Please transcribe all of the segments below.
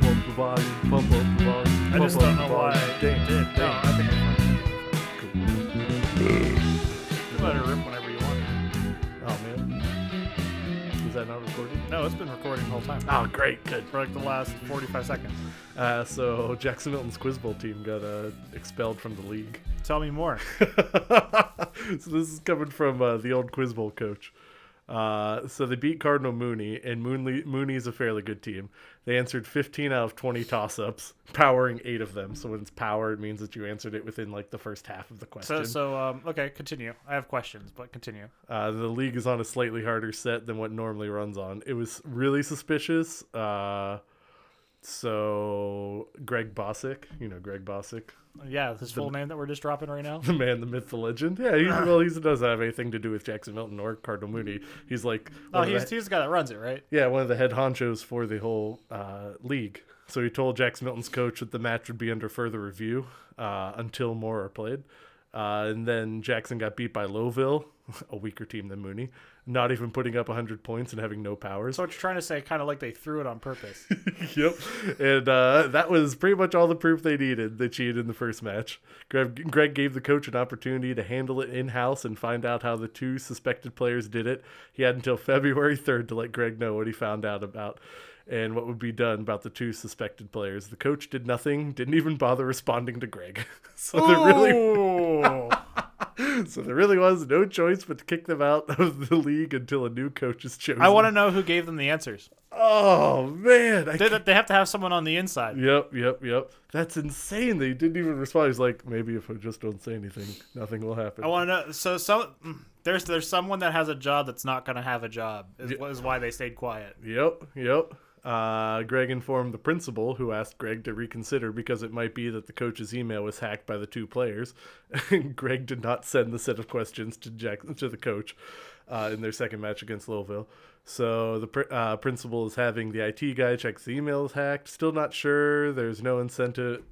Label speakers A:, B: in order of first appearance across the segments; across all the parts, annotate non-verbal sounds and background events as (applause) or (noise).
A: volume, bump up the volume.
B: I
A: bump
B: just
A: up
B: don't
A: the
B: know why
A: volume.
B: I
A: Damn,
B: did. No,
A: damn.
B: I think I'm fine. You let her rip whenever you want.
A: Oh man, is that not recording?
B: No, it's been recording the whole time.
A: Oh, great, good.
B: For like the last 45 seconds.
A: Uh, so Jackson Milton's quiz bowl team got uh, expelled from the league. (laughs)
B: Tell me more.
A: so this is coming from uh, the old quiz bowl coach. Uh, so they beat Cardinal Mooney, and Mooney Mooney's a fairly good team. They answered 15 out of 20 toss-ups, powering eight of them. So when it's power, it means that you answered it within like the first half of the question.
B: So, so um, okay, continue. I have questions, but continue.
A: Uh, the league is on a slightly harder set than what normally runs on. It was really suspicious. Uh, so Greg Bosick, you know Greg Bosick,
B: Yeah, this full name that we're just dropping right
A: (laughs)
B: now.
A: the man, the myth, the legend. Yeah,
B: (sighs)
A: he, well, he doesn't have anything to do with Jackson Milton or Cardinal Mooney. He's like,
B: Oh,
A: one of
B: he's,
A: the,
B: he's the guy that runs it, right?
A: yeah, one of the head honchos for the whole uh, league. So he told Jackson Milton's coach that the match would be under further review uh, until more are played. Uh, and then Jackson got beat by Lowville, (laughs) a weaker team than Mooney, not even putting up 100 points and having no powers.
B: So what you're trying to say, kind of like they threw it on purpose.
A: yep. And uh, that was pretty much all the proof they needed that she had in the first match. Greg, Greg gave the coach an opportunity to handle it in house and find out how the two suspected players did it. He had until (laughs) February 3rd to let Greg know what he found out about and what would be done about the two suspected players. The coach did nothing, didn't even bother responding to Greg. (laughs) so there really
B: Ooh.
A: (laughs) so there really was no choice but to kick them out of the league until a new coach is chosen.
B: I want to know who gave them the answers.
A: Oh man, I
B: They, they have to have someone on the inside.
A: Yep, yep, yep. That's insane. They didn't even respond. He's like, maybe if I just don't say anything, nothing will happen.
B: I want to know. So, so mm, there's there's someone that has a job that's not going to have a job. Is, is why they stayed quiet.
A: Yep, yep. Uh, Greg informed the principal, who asked Greg to reconsider because it might be that the coach's email was hacked by the two players. (laughs) Greg did not send the set of questions to Jack to the coach uh, in their second match against Louisville. So the pr- uh, principal is having the IT guy check the email is hacked. Still not sure. There's no incentive.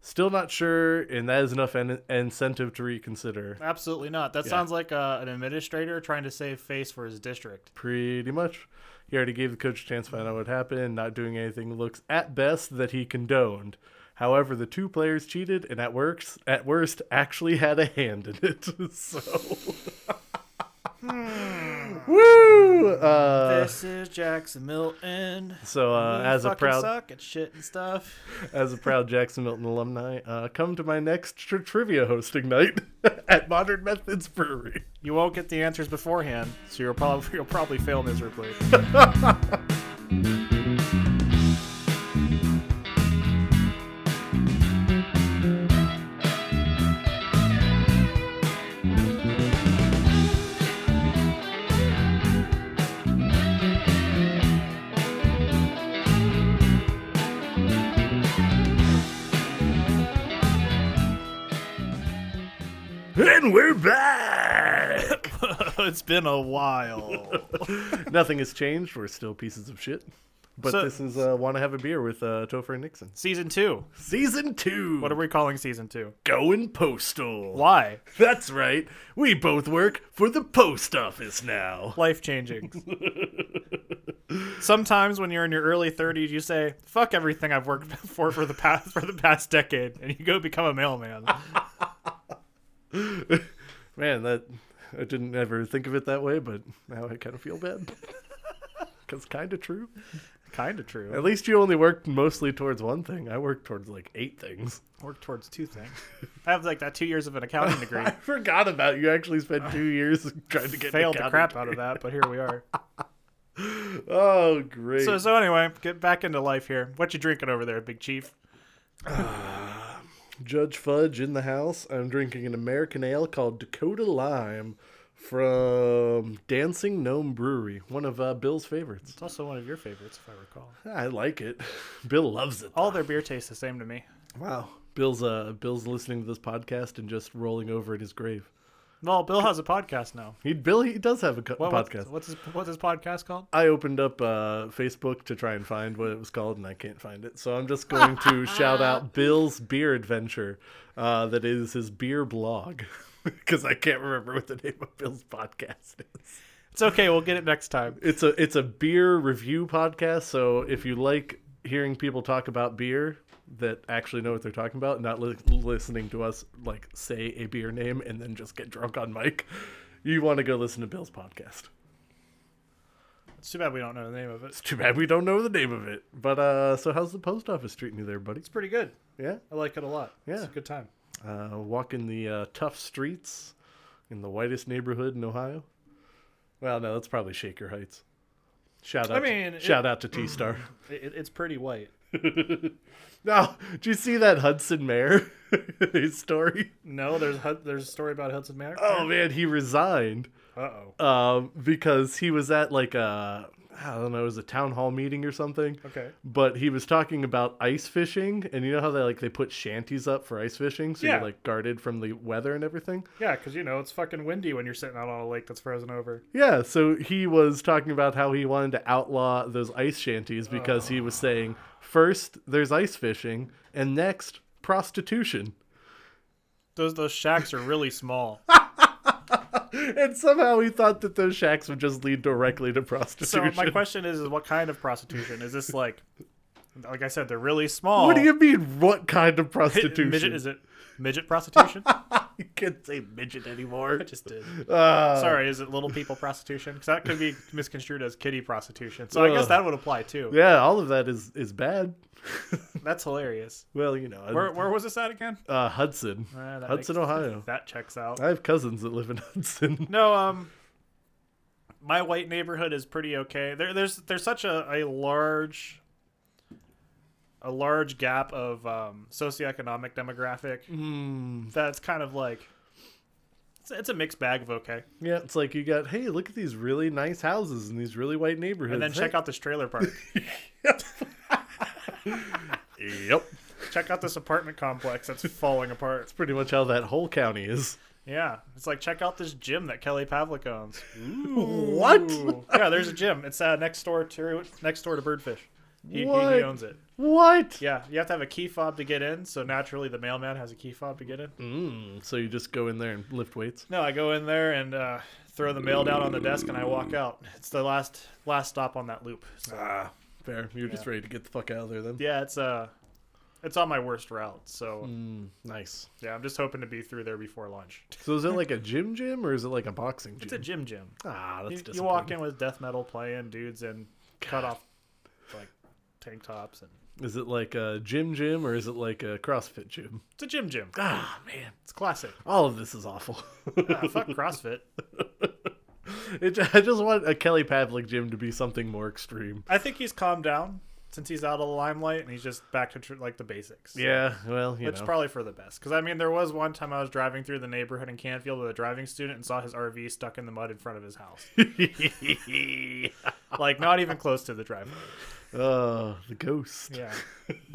A: Still not sure, and that is enough an- incentive to reconsider.
B: Absolutely not. That sounds like uh, an administrator trying to save face for his district.
A: pretty much. He already gave the coach a chance to find out what happened. Not doing anything looks at best that he condoned. However, the two players cheated and at worst, at worst, actually had a hand in it. (laughs) so, woo! Uh,
B: Hmm. this is Jackson Milton.
A: so, uh,
B: We
A: as a
B: fucking
A: proud
B: suck at shit and stuff.
A: as a proud Jackson Milton alumni, uh, come to my next tri- trivia hosting night (laughs) at Modern Methods Brewery.
B: You won't get the answers beforehand, so you'll probably (laughs) you'll probably fail miserably.
A: (laughs) And we're back.
B: it's been a while.
A: (laughs) Nothing has changed. We're still pieces of shit. But
B: So-
A: this is uh, Want to Have a Beer with uh, Topher and Nixon.
B: (laughs) season two.
A: Season 2.
B: What are we calling season two?
A: going postal.
B: Why?
A: That's right. We both work for the post office now. (laughs)
B: Life changing. Sometimes when you're in your early 30s, you say, "Fuck everything I've worked (laughs) for for the past for the past decade," and you go become a
A: (laughs)
B: mailman.
A: Man, that I didn't ever think of it that way, but now I kind of feel bad. (laughs) Cuz kind of true.
B: kind of true.
A: At least you only worked mostly towards one thing. I worked towards like eight things.
B: work towards two things. (laughs) I have like that two years of an (laughs) accounting
A: (laughs)
B: degree.
A: I forgot about you actually spent 2 years (laughs) trying to get an
B: Failed the
A: accounting
B: crap out
A: degree.
B: of that, but here we (laughs) are.
A: Oh, great.
B: So so anyway, get back into life here. What you drinking over there, Big Chief?
A: Judge Fudge in the house. I'm drinking an American ale called Dakota Lime from Dancing Gnome Brewery, one of uh, Bill's favorites.
B: It's also one of your favorites, if I recall.
A: I like it. (laughs) Bill loves it.
B: All their beer tastes the same to me.
A: Wow. Bill's uh Bill's listening to this podcast and just rolling over in his grave.
B: Well, Bill has a podcast now.
A: He Bill he does have a co-
B: What,
A: podcast.
B: What's, what's his what's his podcast called?
A: I opened up uh, Facebook to try and find what it was called, and I can't find it. So I'm just going to shout out Bill's Beer Adventure, uh, that is his beer blog, (laughs) because I can't remember what the name of Bill's podcast is.
B: It's okay. We'll get it next time.
A: It's a it's a beer review podcast. So if you like hearing people talk about beer that actually know what they're talking about, not li- listening to us like say a beer name and then just get drunk on mic. You want to go listen to Bill's podcast.
B: It's too bad we don't know the name of it.
A: It's too bad we don't know the name of it. But uh, so how's the post office treating you there, buddy?
B: It's pretty good.
A: Yeah,
B: I like it a lot. It's
A: Yeah.
B: a good time.
A: uh, walking the uh, tough streets in the whitest neighborhood in Ohio. Well, no, that's probably Shaker Heights. Shout out!
B: I
A: to,
B: mean, it-
A: shout out to T Star.
B: It, it's pretty white.
A: (laughs) Now, do you see that Hudson Mayor (laughs) his story?
B: No, there's Hud- there's a story about Hudson Manor.
A: Oh man, he resigned
B: Uh oh.
A: um, because he was at like a I don't know, it was a town hall meeting or something.
B: Okay.
A: But he was talking about ice fishing, and you know how they like they put shanties up for ice fishing, so
B: Yeah.
A: you're like guarded from the weather and everything.
B: Yeah, because you know it's fucking windy when you're sitting out on a lake that's frozen over.
A: Yeah, so he was talking about how he wanted to outlaw those ice shanties because he was saying, first, there's ice fishing, and next, prostitution.
B: Those those shacks are really (laughs) small.
A: And somehow he thought that those shacks would just lead directly to
B: so
A: prostitution.
B: my question is, is what kind of prostitution is this? Like, like I said, they're really small.
A: what do you mean, what kind of
B: It-
A: prostitution?
B: midget? Is it midget (laughs) prostitution? I
A: you can't say midget anymore.
B: just did.
A: Uh,
B: Sorry, is it little people prostitution? Because that could be misconstrued as kitty prostitution. So I guess
A: Ugh.
B: that would apply too.
A: Yeah, all of that is, is bad. (laughs)
B: That's hilarious.
A: well, you know,
B: Where, where was this at again?
A: uh, Hudson.
B: Uh, that
A: Hudson,
B: makes-
A: Ohio.
B: That checks out.
A: I have cousins that live in (laughs) Hudson.
B: No, um, my white neighborhood is pretty okay. There, there's there's such a, a large a large gap of um, socioeconomic demographic
A: Hmm.
B: that's kind of like it's, it's a mixed bag of okay.
A: Yeah, it's like you got, hey, look at these really nice houses in these really white neighborhoods.
B: And then check out this trailer park.
A: Yep.
B: check out this apartment complex that's falling apart.
A: It's pretty much how that whole county is. (laughs)
B: Yeah, it's like check out this gym that Kelly Pavlik owns. Hmm.
A: What?
B: yeah, there's a gym. It's uh, next door to next door to Birdfish. He, he-
A: What?
B: he owns it.
A: What?
B: Yeah, you have to have a key fob to get in. So naturally, the mailman has a key fob to get in.
A: Mm, so you just go in there and lift weights.
B: No, I go in there and uh, throw the mail down on the desk, and I walk out. It's the last last stop on that loop. So,
A: Ah, fair. You're just ready to get the fuck out of there then.
B: yeah, it's uh, it's on my worst route. So
A: Mm, nice.
B: yeah, I'm just hoping to be through there before lunch.
A: So is it like a gym gym or is it like a boxing gym?
B: It's a gym gym.
A: ah, that's
B: You,
A: disappointing.
B: you walk in with death metal playing, dudes in cut off like tank tops, and
A: Is it like a gym gym or is it like a CrossFit gym?
B: it's a gym gym.
A: Ah, man.
B: It's classic.
A: All of this is awful.
B: Ah, fuck (laughs) CrossFit.
A: (laughs) it, I just want a Kelly Pavlik gym to be something more extreme.
B: I think he's calmed down since he's out of the limelight, and he's just back to tr- like the basics.
A: Yeah, well, you
B: Which (laughs)
A: know.
B: probably for the best, because I mean, there was one time I was driving through the neighborhood in Canfield with a driving student and saw his RV stuck in the mud in front of
A: (laughs)
B: his house, like not even close to the driveway.
A: (laughs) oh, the ghost.
B: Yeah,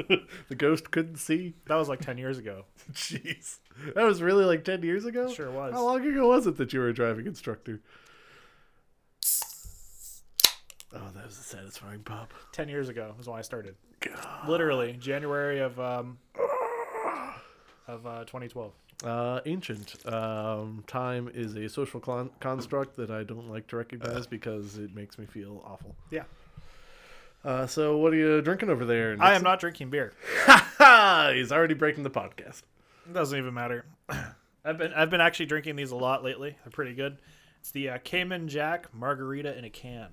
A: (laughs) the ghost couldn't see. (laughs)
B: that was like ten years ago.
A: Jeez. That was really like 10 years ago?
B: Sure was.
A: How long ago was it that you were a driving instructor? Oh, that was a satisfying pop.
B: Ten years ago is when I started.
A: God.
B: Literally January of um of uh, 2012.
A: Uh, ancient. Um, time is a social con- construct that I don't like to recognize because it makes me feel awful.
B: Yeah,
A: Uh, so, what are you drinking over there?
B: I am not drinking beer.
A: not. (laughs) He's already breaking the podcast.
B: It doesn't even matter. (clears throat) I've been I've been actually drinking these a lot lately. They're pretty good. It's the uh, Cayman Jack margarita in a can.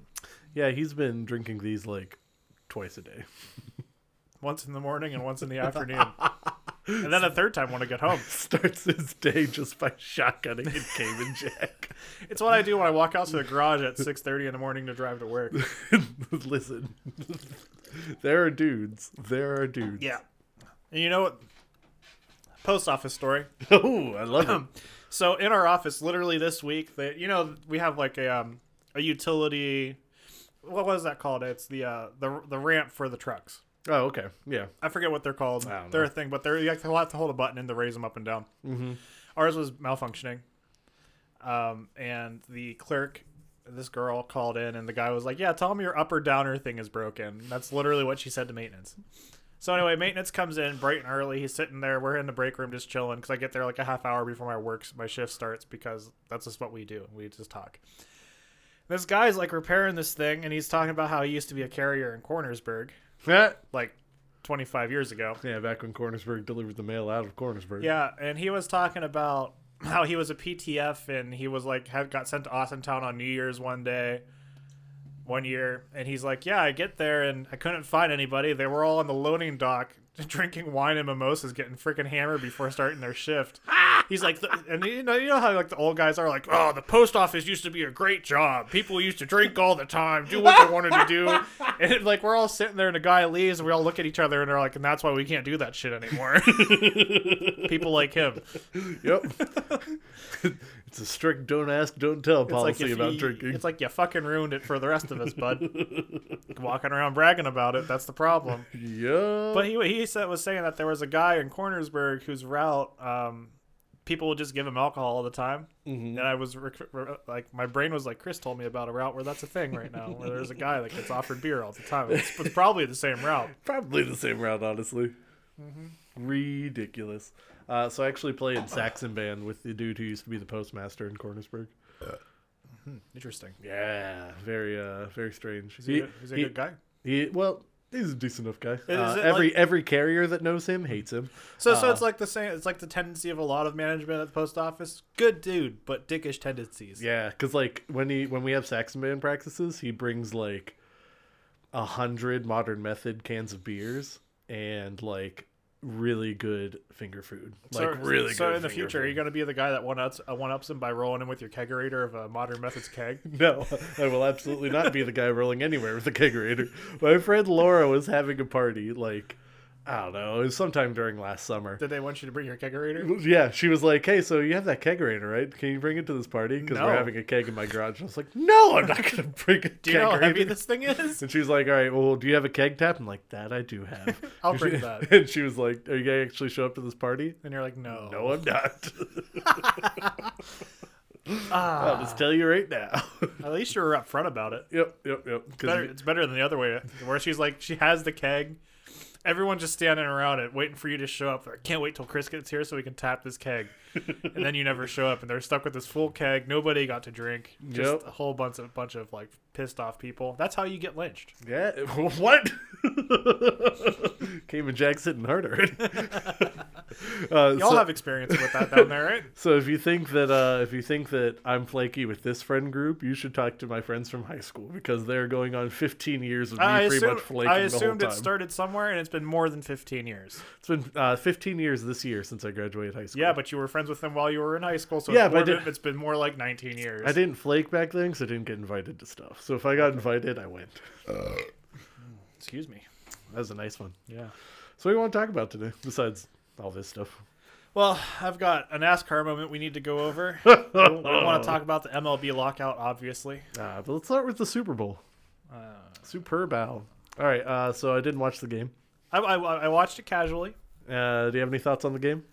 A: Yeah, he's been drinking these like twice a day. (laughs)
B: Once in the morning and once in the afternoon. and then a third time when I get home.
A: Starts his day just by shotgunning a
B: (laughs)
A: Cayman Jack. (laughs)
B: It's what I do when I walk out to the garage at 6:30 in the morning to drive to work.
A: Listen, (laughs) there are dudes. There are dudes. (laughs)
B: Yeah. And you know what? Post office story.
A: Oh, I love
B: Um.
A: him.
B: So in our office, literally this week, that you know we have like a um a utility. What was that called? It's the uh the the ramp for the trucks.
A: Oh, okay. Yeah.
B: I forget what they're called.
A: I don't
B: They're
A: know.
B: a thing, but they're you have to have to hold a button in to raise them up and down. Mm-hmm. Ours was malfunctioning, um, and the clerk, this girl, called in, and the guy was like, "Yeah, tell him your upper downer thing is broken." That's literally what she said to maintenance. So anyway, maintenance comes in bright and early. He's sitting there. We're in the break room just chilling because I get there like a half hour before my works my shift starts because that's just what we do. We just talk. This guy's like repairing this thing, and he's talking about how he used to be a carrier in Cornersburg
A: yeah,
B: like 25 years ago.
A: back when Cornersburg delivered the mail out of Cornersburg.
B: Yeah, and he was talking about how he was a PTF and he was like had got sent to Austin Town on New Year's one day, one year, and he's like, yeah, I get there and I couldn't find anybody. They were all on the loading dock (laughs) drinking wine and mimosas, getting freaking hammered before starting their shift. He's like, the, and you know, you know how like the old guys are like, oh, the post office used to be a great job. People used to drink all the time, do what they wanted to do, and like we're all sitting there and the guy leaves and we all look at each other and are like, and that's why we can't do that shit anymore. (laughs) People like him.
A: Yep.
B: (laughs)
A: (laughs) it's a strict don't ask, don't tell
B: It's like
A: policy
B: if
A: about
B: you-
A: drinking.
B: It's like you fucking ruined it for the rest of us, bud. Walking around bragging about it, that's the problem.
A: yeah.
B: But he he said, was saying that there was a guy in Cornersburg whose route um, people would just give him alcohol all the time, and I was rec- re- like, my brain was like, Chris told me about a route where that's a thing right now, where there's a guy that gets offered beer all the time. It's, it's probably the same route.
A: Probably the same route, honestly.
B: Mm-hmm.
A: Ridiculous. Uh, so I actually played Saxon Band with the dude who used to be the postmaster in Cornersburg.
B: Interesting.
A: Yeah, very, uh, very strange.
B: Is he, a- is he a good guy?
A: he- well, he's a decent enough guy. Uh,
B: it
A: every
B: like-
A: every carrier that knows him hates him.
B: So, so it's like the same. It's like the tendency of a lot of management at the post office. Good dude, but dickish tendencies.
A: Yeah, because like when he when we have Saxon Band practices, he brings like a hundred modern method cans of beers and like really good finger food. Like really
B: So
A: good
B: in the
A: finger
B: future, are
A: food.
B: you going to be the guy that one ups uh, one ups him by rolling him with your kegerator of a modern methods keg? (laughs)
A: (laughs) No, I will absolutely not be the guy rolling anywhere with a kegerator. My friend Laura was having a party, like, I don't know, it was sometime during last summer.
B: Did they want you to bring your kegerator?
A: Yeah, she was like, hey, so you have that kegerator, right? Can you bring it to this party? Because
B: No.
A: we're having a keg in my garage. I was like, no, I'm not going to bring a
B: (laughs) Do
A: kegerator.
B: you know how heavy this thing is?
A: (laughs) and she was like, all right, well, do you have a keg tap? I'm like, that I do have.
B: (laughs) I'll
A: And (laughs)
B: bring
A: she-
B: that.
A: And she was like, are you going to actually show up to this party?
B: And you're like, no.
A: No, I'm not. (laughs) I'll
B: (laughs) Ah,
A: just tell you right now. (laughs)
B: at least you were upfront about it.
A: yep, yep, yep. 'Cause
B: Better, it's better than the other way, where she's like, she has the keg. Everyone's just standing around it, waiting for you to show up. I can't wait till Chris gets here so we can tap
A: (laughs)
B: this keg. and then you never show up, and they're stuck with this full keg. Nobody got to drink. Just
A: Yep.
B: a whole bunch of bunch of like pissed off people. That's how you get lynched.
A: Yeah. (laughs) What? Cayman Jack's hitting harder. (laughs) uh,
B: Y'all
A: so,
B: have experience with that down
A: (laughs)
B: there, right?
A: so if you think that uh, if you think that I'm flaky with this friend group, you should talk to my friends from high school because they're going on 15 years of me
B: I,
A: pretty
B: assume,
A: much flaking
B: I
A: the whole
B: assumed
A: time.
B: it started somewhere, and it's been more than 15 years.
A: it's been uh, 15 years this year since I graduated high school.
B: Yeah, but you were friends with them while you were in high school, so
A: Yeah,
B: it's,
A: but I
B: more than-
A: did-
B: it's been more like 19 years.
A: I didn't flake back then because I didn't get invited to stuff. So if I got invited, I went.
B: Excuse me.
A: That was a nice one.
B: Yeah.
A: So what do you want to talk about today besides all this stuff?
B: Well, I've got a NASCAR moment we need to go
A: (laughs)
B: over. I want to talk about the MLB lockout, obviously.
A: Uh, but let's start with the Super Bowl.
B: Uh,
A: Superbow. All right. Uh, so I didn't watch the game.
B: I, I, I watched it casually.
A: Uh, do you have any thoughts on the game?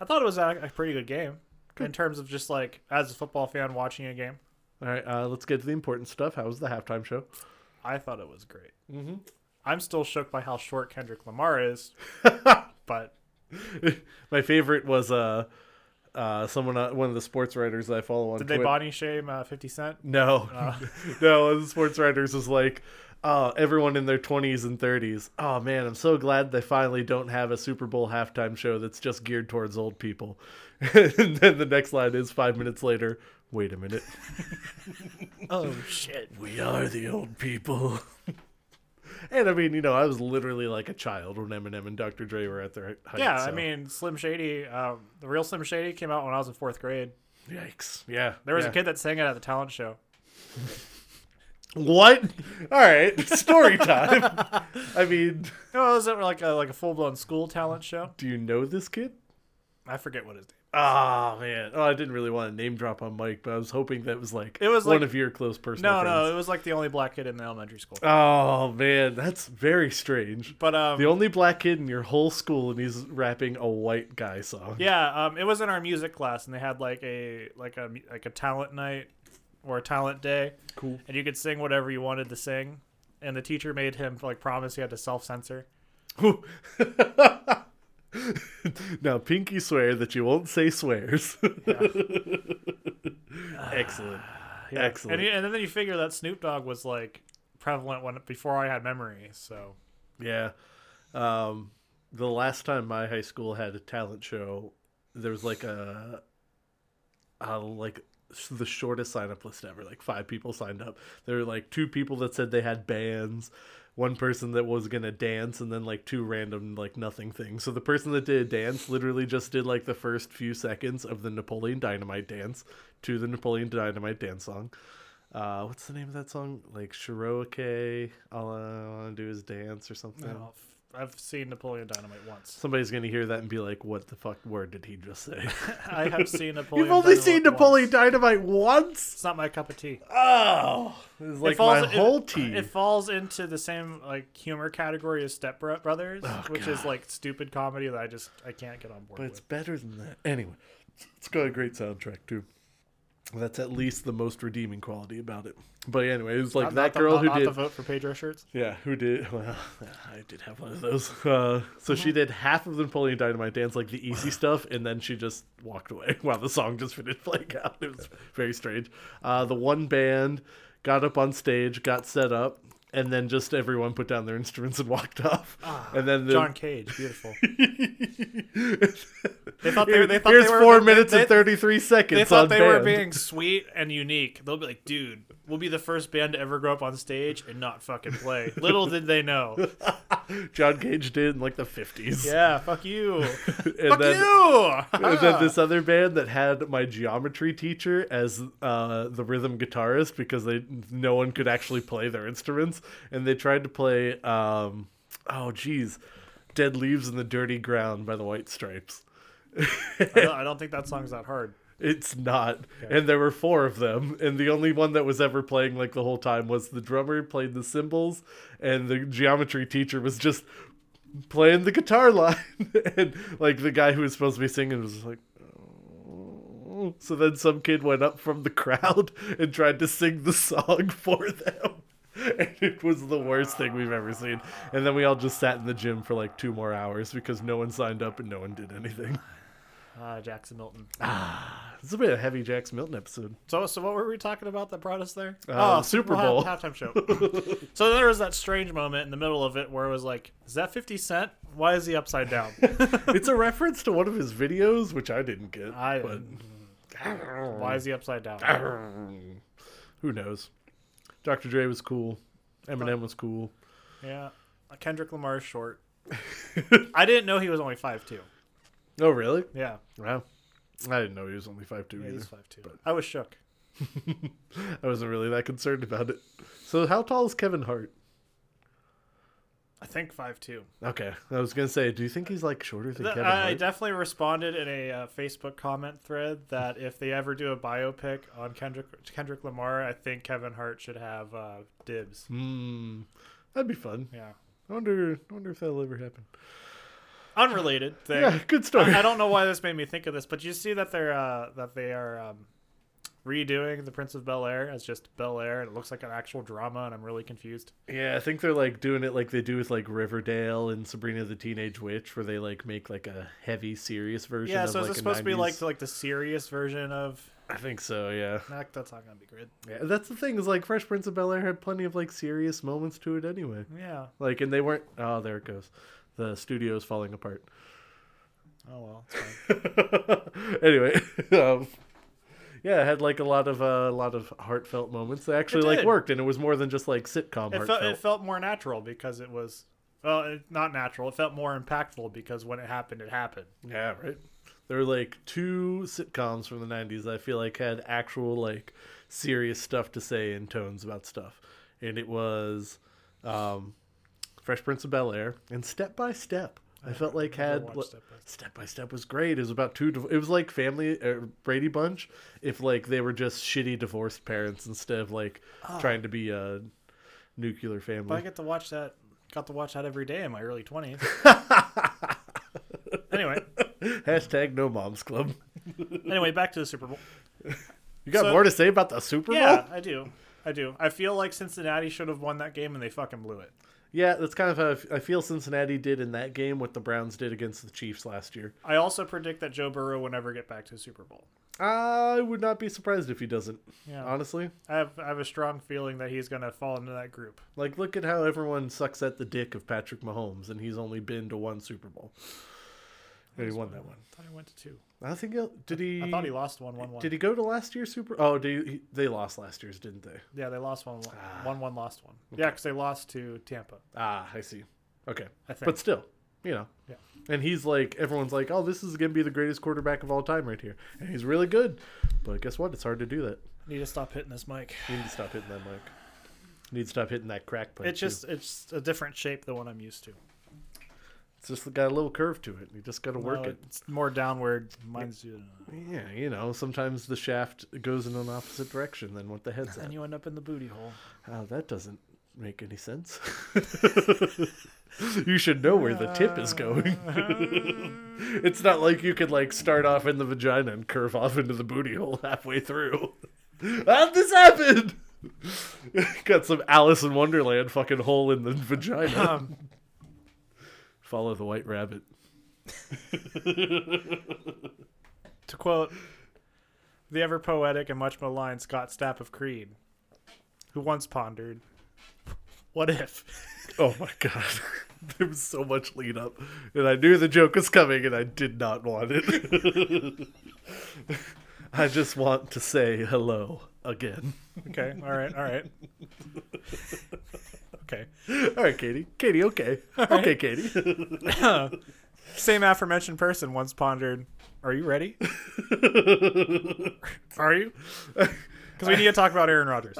B: I thought it was a, a pretty good game in terms of just like as a football fan watching a game.
A: All right. Uh, let's get to the important stuff. How was the halftime show? (laughs)
B: I thought it was great. Mm-hmm. I'm still shook by how short Kendrick Lamar
A: (laughs)
B: is, but
A: My favorite was uh, uh, someone uh, one of the sports writers that I follow on.
B: did they
A: Twitter.
B: body Uh. shame uh, 50 Cent?
A: No, (laughs) no. one of The sports writers was like, oh, everyone in their twenties and thirties. Oh man, I'm so glad they finally don't have a Super Bowl halftime show that's just geared towards old people. (laughs) and then the next line is five minutes later. Wait a minute.
B: Oh shit!
A: We are the old people. (laughs) and I mean, you know, I was literally like a child when Eminem and Dr. Dre were at their height.
B: Yeah, I
A: so-
B: mean Slim Shady, um, the real Slim Shady came out when I was in fourth grade.
A: yikes. Yeah.
B: There was
A: yeah.
B: a kid that sang it at the talent show.
A: What? All right. Story time. I mean,
B: No, it was at like a like a full blown school talent show.
A: do you know this
B: (laughs)
A: kid?
B: I forget what his name. Ah,
A: Oh, man. Oh, I didn't really want to name drop on Mike, but I was hoping that was like
B: It was,
A: one
B: like-
A: of your close personal
B: No, no,
A: friends.
B: it was like the only black kid in the elementary school.
A: Oh, man. That's very strange.
B: But um,
A: The only black kid in your whole school, and he's rapping a white guy song.
B: yeah, um, it was in our music class, and they had like a like a mu- like a talent night or a talent day,
A: Cool.
B: and you could sing whatever you wanted to sing. And the teacher made him like promise he had to self censor.
A: (laughs) now, Pinky swear that you won't say swears. (laughs) Excellent. Excellent.
B: And, he- and then you figure that Snoop Dogg was like prevalent when before I had memory, so
A: Yeah. Um, the last time my high school had a talent show, there was like a, a like s- the shortest sign up list ever. Like five people signed up. There were like two people that said they had bands, one person that was gonna dance, and then like two random like nothing things. So the person that did a dance literally just did like the first few seconds of the Napoleon Dynamite dance to the Napoleon Dynamite dance song uh what's the name of that song like shiroake all i want to do is dance or something
B: No, I've seen Napoleon Dynamite
A: (laughs)
B: once.
A: somebody's gonna hear that and be like what the fuck word did he just (laughs) say
B: I have seen Napoleon.
A: you've only
B: Dynamite
A: seen
B: once.
A: napoleon dynamite once
B: It's not my cup of tea.
A: oh it's like my
B: it-
A: whole team
B: It falls into the same like humor category as Step Bro- Brothers, which is
A: Oh, God.
B: like stupid comedy that I just I can't get on board
A: but it's
B: with.
A: better than that anyway it's got a great soundtrack too that's at least the most redeeming quality about it but anyway it was like
B: Not-
A: that
B: not the-
A: girl
B: not,
A: who
B: not
A: did
B: the vote for Pedro shirts.
A: Yeah, who did? (laughs) Well, I did have one of those. (laughs) Uh, so
B: Uh-huh.
A: she did half of the Napoleon Dynamite dance, like the
B: (laughs)
A: easy stuff, and then she just walked away (laughs) while the song just finished playing (laughs) out. It was very strange. Uh, the one band got up on stage, got set up, and then just everyone put down their instruments and (laughs) walked off. and then the,
B: Ah, John Cage,
A: (laughs)
B: beautiful. they thought they,
A: Here-
B: they thought
A: here's
B: they were,
A: four
B: they-
A: minutes
B: they,
A: and thirty three seconds.
B: They thought
A: on
B: they were
A: band.
B: being sweet and unique. They'll be like, dude, we'll be the first band to ever go up on stage and not fucking play. Little did they know.
A: John Cage did in like the (laughs) fifties.
B: Yeah, fuck you.
A: and
B: fuck
A: then,
B: you. Ah!
A: and (laughs) then this other band that had my geometry teacher as uh, the rhythm guitarist because they no one could actually play their instruments, and they tried to play um, oh geez, "Dead Leaves in the Dirty Ground" by the White Stripes.
B: I, don't, I don't think that song's that hard.
A: It's not. And there were four of them, and the only one that was ever playing like the whole time was the drummer played the cymbals, and the geometry teacher was just playing the guitar line. (laughs) and like the guy who was supposed to be singing was like, "Oh." so then some kid went up from the (laughs) crowd and tried to sing the song (laughs) for them. And it was the worst thing we've ever seen. And then we all just sat in the gym for like two more hours because no one signed up and no one did anything. (laughs)
B: Ah, Jackson Milton.
A: It's a bit of a heavy Jax Milton episode.
B: So, so what were we talking about that brought us there? Ah,
A: Uh, Super
B: well,
A: Bowl.
B: half-
A: (laughs)
B: halftime show. so there was that strange moment in the middle of it where it was like, "Is that Fifty Cent? Why is he
A: (laughs)
B: upside down?"
A: it's a reference to one of his videos, which I didn't get.
B: I-
A: but
B: Why is he upside down?
A: who knows? Dr. Dre was cool. Eminem was cool.
B: Yeah, Kendrick Lamar is
A: (laughs)
B: short. I didn't know he was only five two.
A: Oh, really?
B: Yeah,
A: Wow. I didn't know he was only five two
B: he's
A: either.
B: five two. I was shook.
A: I wasn't really that concerned about it. So, how tall is Kevin Hart?
B: I think five two.
A: Okay, I was gonna say, do you think he's like shorter than Kevin
B: I
A: Hart?
B: definitely responded in a uh, Facebook comment thread that if they ever do a biopic on Kendrick Kendrick Lamar, I think Kevin Hart should have uh, dibs.
A: Hmm, that'd be fun.
B: Yeah,
A: I wonder, I wonder if that'll ever happen.
B: unrelated
A: (laughs)
B: thing.
A: Yeah, good story.
B: I don't know why this made me think of this, but you see that they're uh, that they are um, redoing the Prince of Bel Air as just Bel Air, and it looks like an actual drama, and I'm really confused.
A: Yeah, I think they're like doing it like they do with like Riverdale and Sabrina the Teenage Witch, where they like make like a heavy, serious version.
B: Yeah,
A: of,
B: so
A: like,
B: is this
A: a
B: supposed to be
A: 90s
B: like like the serious version of?
A: I think so. Yeah.
B: Nah, that's not gonna be good.
A: yeah, that's the thing is like Fresh Prince of Bel Air had plenty of like serious moments to it anyway.
B: Yeah.
A: Like, and they weren't. Oh, there it goes. The studio's falling apart. (laughs)
B: Oh well. It's fine.
A: anyway, (laughs) um, yeah, it had like a lot of uh, a lot of heartfelt moments. They actually like
B: did.
A: worked, and it was more than just like sitcom
B: it
A: heartfelt.
B: felt it felt more natural because it was well it, not natural. It felt more impactful because when it happened, it happened.
A: Yeah, right. There were like two sitcoms from the 90s that I feel like had actual like serious stuff to say in tones about stuff. And it was um, Fresh Prince of Bel Air and Step by Step. I felt like had
B: watched
A: li-
B: Step by Step.
A: Step by Step was great. It was about two. Div- it was like Family uh, Brady Bunch, if like they were just shitty divorced parents instead of like trying to be a nuclear
B: Ah. But I
A: family.
B: get to watch that. Got to watch that every day in my early twenties. (laughs) anyway,
A: Hashtag No Moms Club.
B: anyway, back to the Super Bowl.
A: You got
B: So-
A: more to say about the Super Bowl?
B: Yeah, I do. I do. I feel like Cincinnati should have won that game and they fucking blew it.
A: Yeah, that's kind of how I f- I feel Cincinnati did in that game what the Browns did against the Chiefs last year.
B: I also predict that Joe Burrow will never get back to a Super Bowl.
A: I would not be surprised if he doesn't.
B: Yeah.
A: Honestly,
B: I have I have a strong feeling that he's going to fall into that group.
A: like look at how everyone sucks at the dick of Patrick Mahomes, and he's only been to one Super Bowl. And he won that one.
B: I thought he went to two.
A: I think he, did he?
B: I thought he lost one, one, one.
A: Did he go to last year's Super? Oh, did he, they lost last year's, didn't they?
B: Yeah, they lost one, one, one, one lost one. Yeah, 'cause Yeah, because they lost to Tampa.
A: Ah, I see. Okay,
B: I think.
A: but still, you know.
B: Yeah.
A: And he's like, everyone's like, oh, this is gonna be the greatest quarterback of all time right here, and he's really good. But guess what? It's hard to do that.
B: Need to stop hitting this mic.
A: You need to stop hitting that mic. You need to stop hitting that crack punch.
B: It's just it's a different shape than what I'm used to.
A: it's just got a little curve to it. You just got to work
B: No,
A: it.
B: It's more downward. Mine's uh,
A: Yeah, you know, sometimes the shaft goes in an opposite direction than what the head's at.
B: (laughs) and you end up in the booty hole.
A: Oh, that doesn't make any sense. (laughs) you should know where the tip is going. (laughs) it's not like you could like start off in the vagina and curve off into the booty hole halfway through. (laughs) How'd this happen? (laughs) Got some Alice in Wonderland fucking hole in the
B: (laughs)
A: vagina.
B: (laughs) Um,
A: Follow the white rabbit.
B: to quote the ever poetic and much maligned Scott Stapp of Creed, who once pondered, "What if?" (laughs)
A: Oh my god. (laughs) There was so much lead up, and I knew the joke was coming, and I did not want it. (laughs) I just want to say hello again. (laughs)
B: Okay, all right, all right. okay.
A: All right, Katie. Katie, okay. Okay, Katie. (laughs)
B: (laughs) Same aforementioned person once pondered, "Are you ready? (laughs) Are (laughs) you?" Because we need to talk about Aaron Rodgers.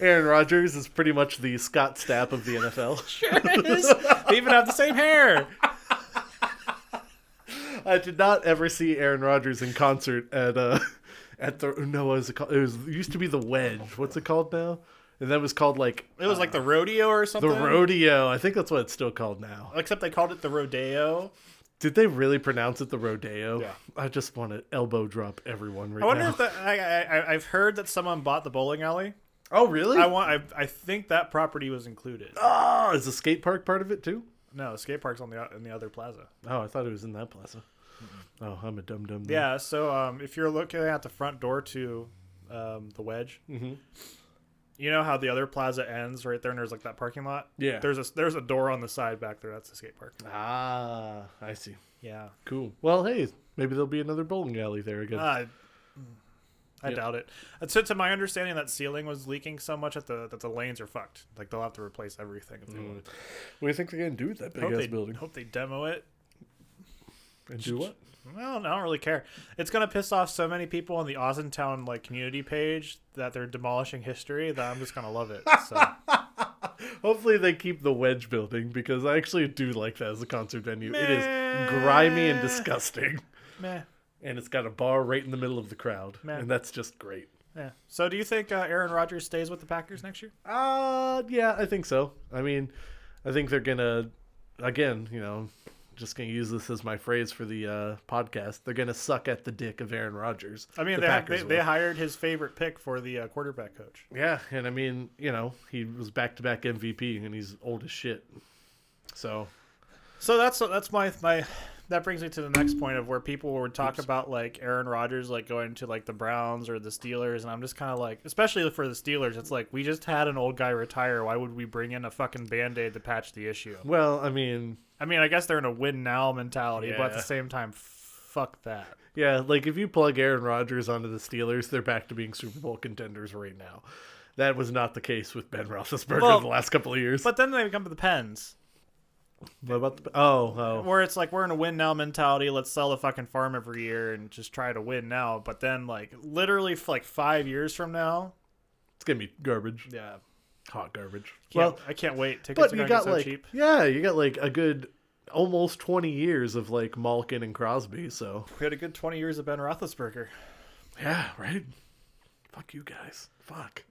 A: Aaron Rodgers is pretty much the Scott Stapp of the
B: (laughs)
A: NFL.
B: they even have the same hair.
A: (laughs) I did not ever see Aaron Rodgers in concert at uh at the no, what was it called? It was it used to be the Wedge. What's it called now? And that was called like
B: It was like the rodeo or
A: the
B: something.
A: rodeo. I think that's what it's still called now.
B: Except they called it the rodeo.
A: Did they really pronounce it the rodeo?
B: Yeah.
A: I just want to elbow drop everyone right
B: I wonder
A: now.
B: if that, I, I, I've heard that someone bought the bowling alley.
A: oh, really?
B: I want. I, I think that property was included.
A: oh, is the skate park part of it too?
B: No, skate park's on the in the other plaza.
A: Oh, I thought it was in that plaza. Oh, I'm a dum dum.
B: Yeah. So um, if you're looking at the front door to um, the wedge, you know how the other plaza ends right there, and there's like that parking lot.
A: Yeah.
B: There's a there's a door on the side back there. That's the skate park.
A: Ah, I see.
B: Yeah.
A: Cool. Well, hey, maybe there'll be another bowling alley there again.
B: Uh, I
A: Yeah.
B: doubt it. Uh, So to my understanding, that ceiling was leaking so much that the that the lanes are fucked. Like they'll have to replace everything if they want. to.
A: what do you think they're gonna do with that big
B: Hope
A: ass
B: they
A: Mm. building?
B: hope they demo it.
A: And do what?
B: Well, I don't really care. It's gonna piss off so many people on the Austin Town like community page that they're demolishing history that I'm just gonna love it.
A: (laughs)
B: So
A: Hopefully they keep the wedge building because I actually do like that as a concert venue. It is grimy and
B: Meh.
A: disgusting,
B: meh,
A: and it's got a bar right in the middle of the crowd,
B: Meh.
A: and that's just great.
B: yeah. So do you think uh, Aaron Rodgers stays with the Packers next year?
A: Uh, yeah, I think so. I mean, I think they're gonna, again, you know, just gonna use this as my phrase for the uh, podcast. They're gonna suck at the dick of Aaron Rodgers.
B: I mean,
A: The
B: they, they,
A: will.
B: they hired his favorite pick for the uh, quarterback coach.
A: yeah, and I mean, you know, he was back to back MVP, and he's old as shit. So
B: So that's that's my my that brings me to the next point of where people would talk about like Aaron Rodgers like going to like the Browns or the Steelers, and I'm just kind of like, especially for the Steelers, it's like we just had an old guy retire. Why would we bring in a fucking band aid to patch the issue?
A: well, I mean,
B: I mean, I guess they're in a win now mentality, but at
A: Yeah.
B: the same time, fuck that.
A: yeah, like if you plug Aaron Rodgers onto the Steelers, they're back to being Super Bowl contenders right now. That was not the case with Ben Roethlisberger
B: Well,
A: the last couple of years.
B: But then they come to the Pens,
A: what about the, oh oh
B: where it's like we're in a win now mentality. Let's sell the fucking farm every year and just try to win now. But then, like literally, f- like five years from now,
A: it's gonna be garbage,
B: yeah.
A: hot garbage.
B: Well, I can't wait. Tickets
A: but
B: are
A: you
B: going
A: got
B: so
A: like
B: cheap.
A: yeah, you got like a good almost twenty years of like Malkin and Crosby. So
B: We had a good 20 years of Ben Roethlisberger.
A: yeah, right. Fuck you guys. Fuck.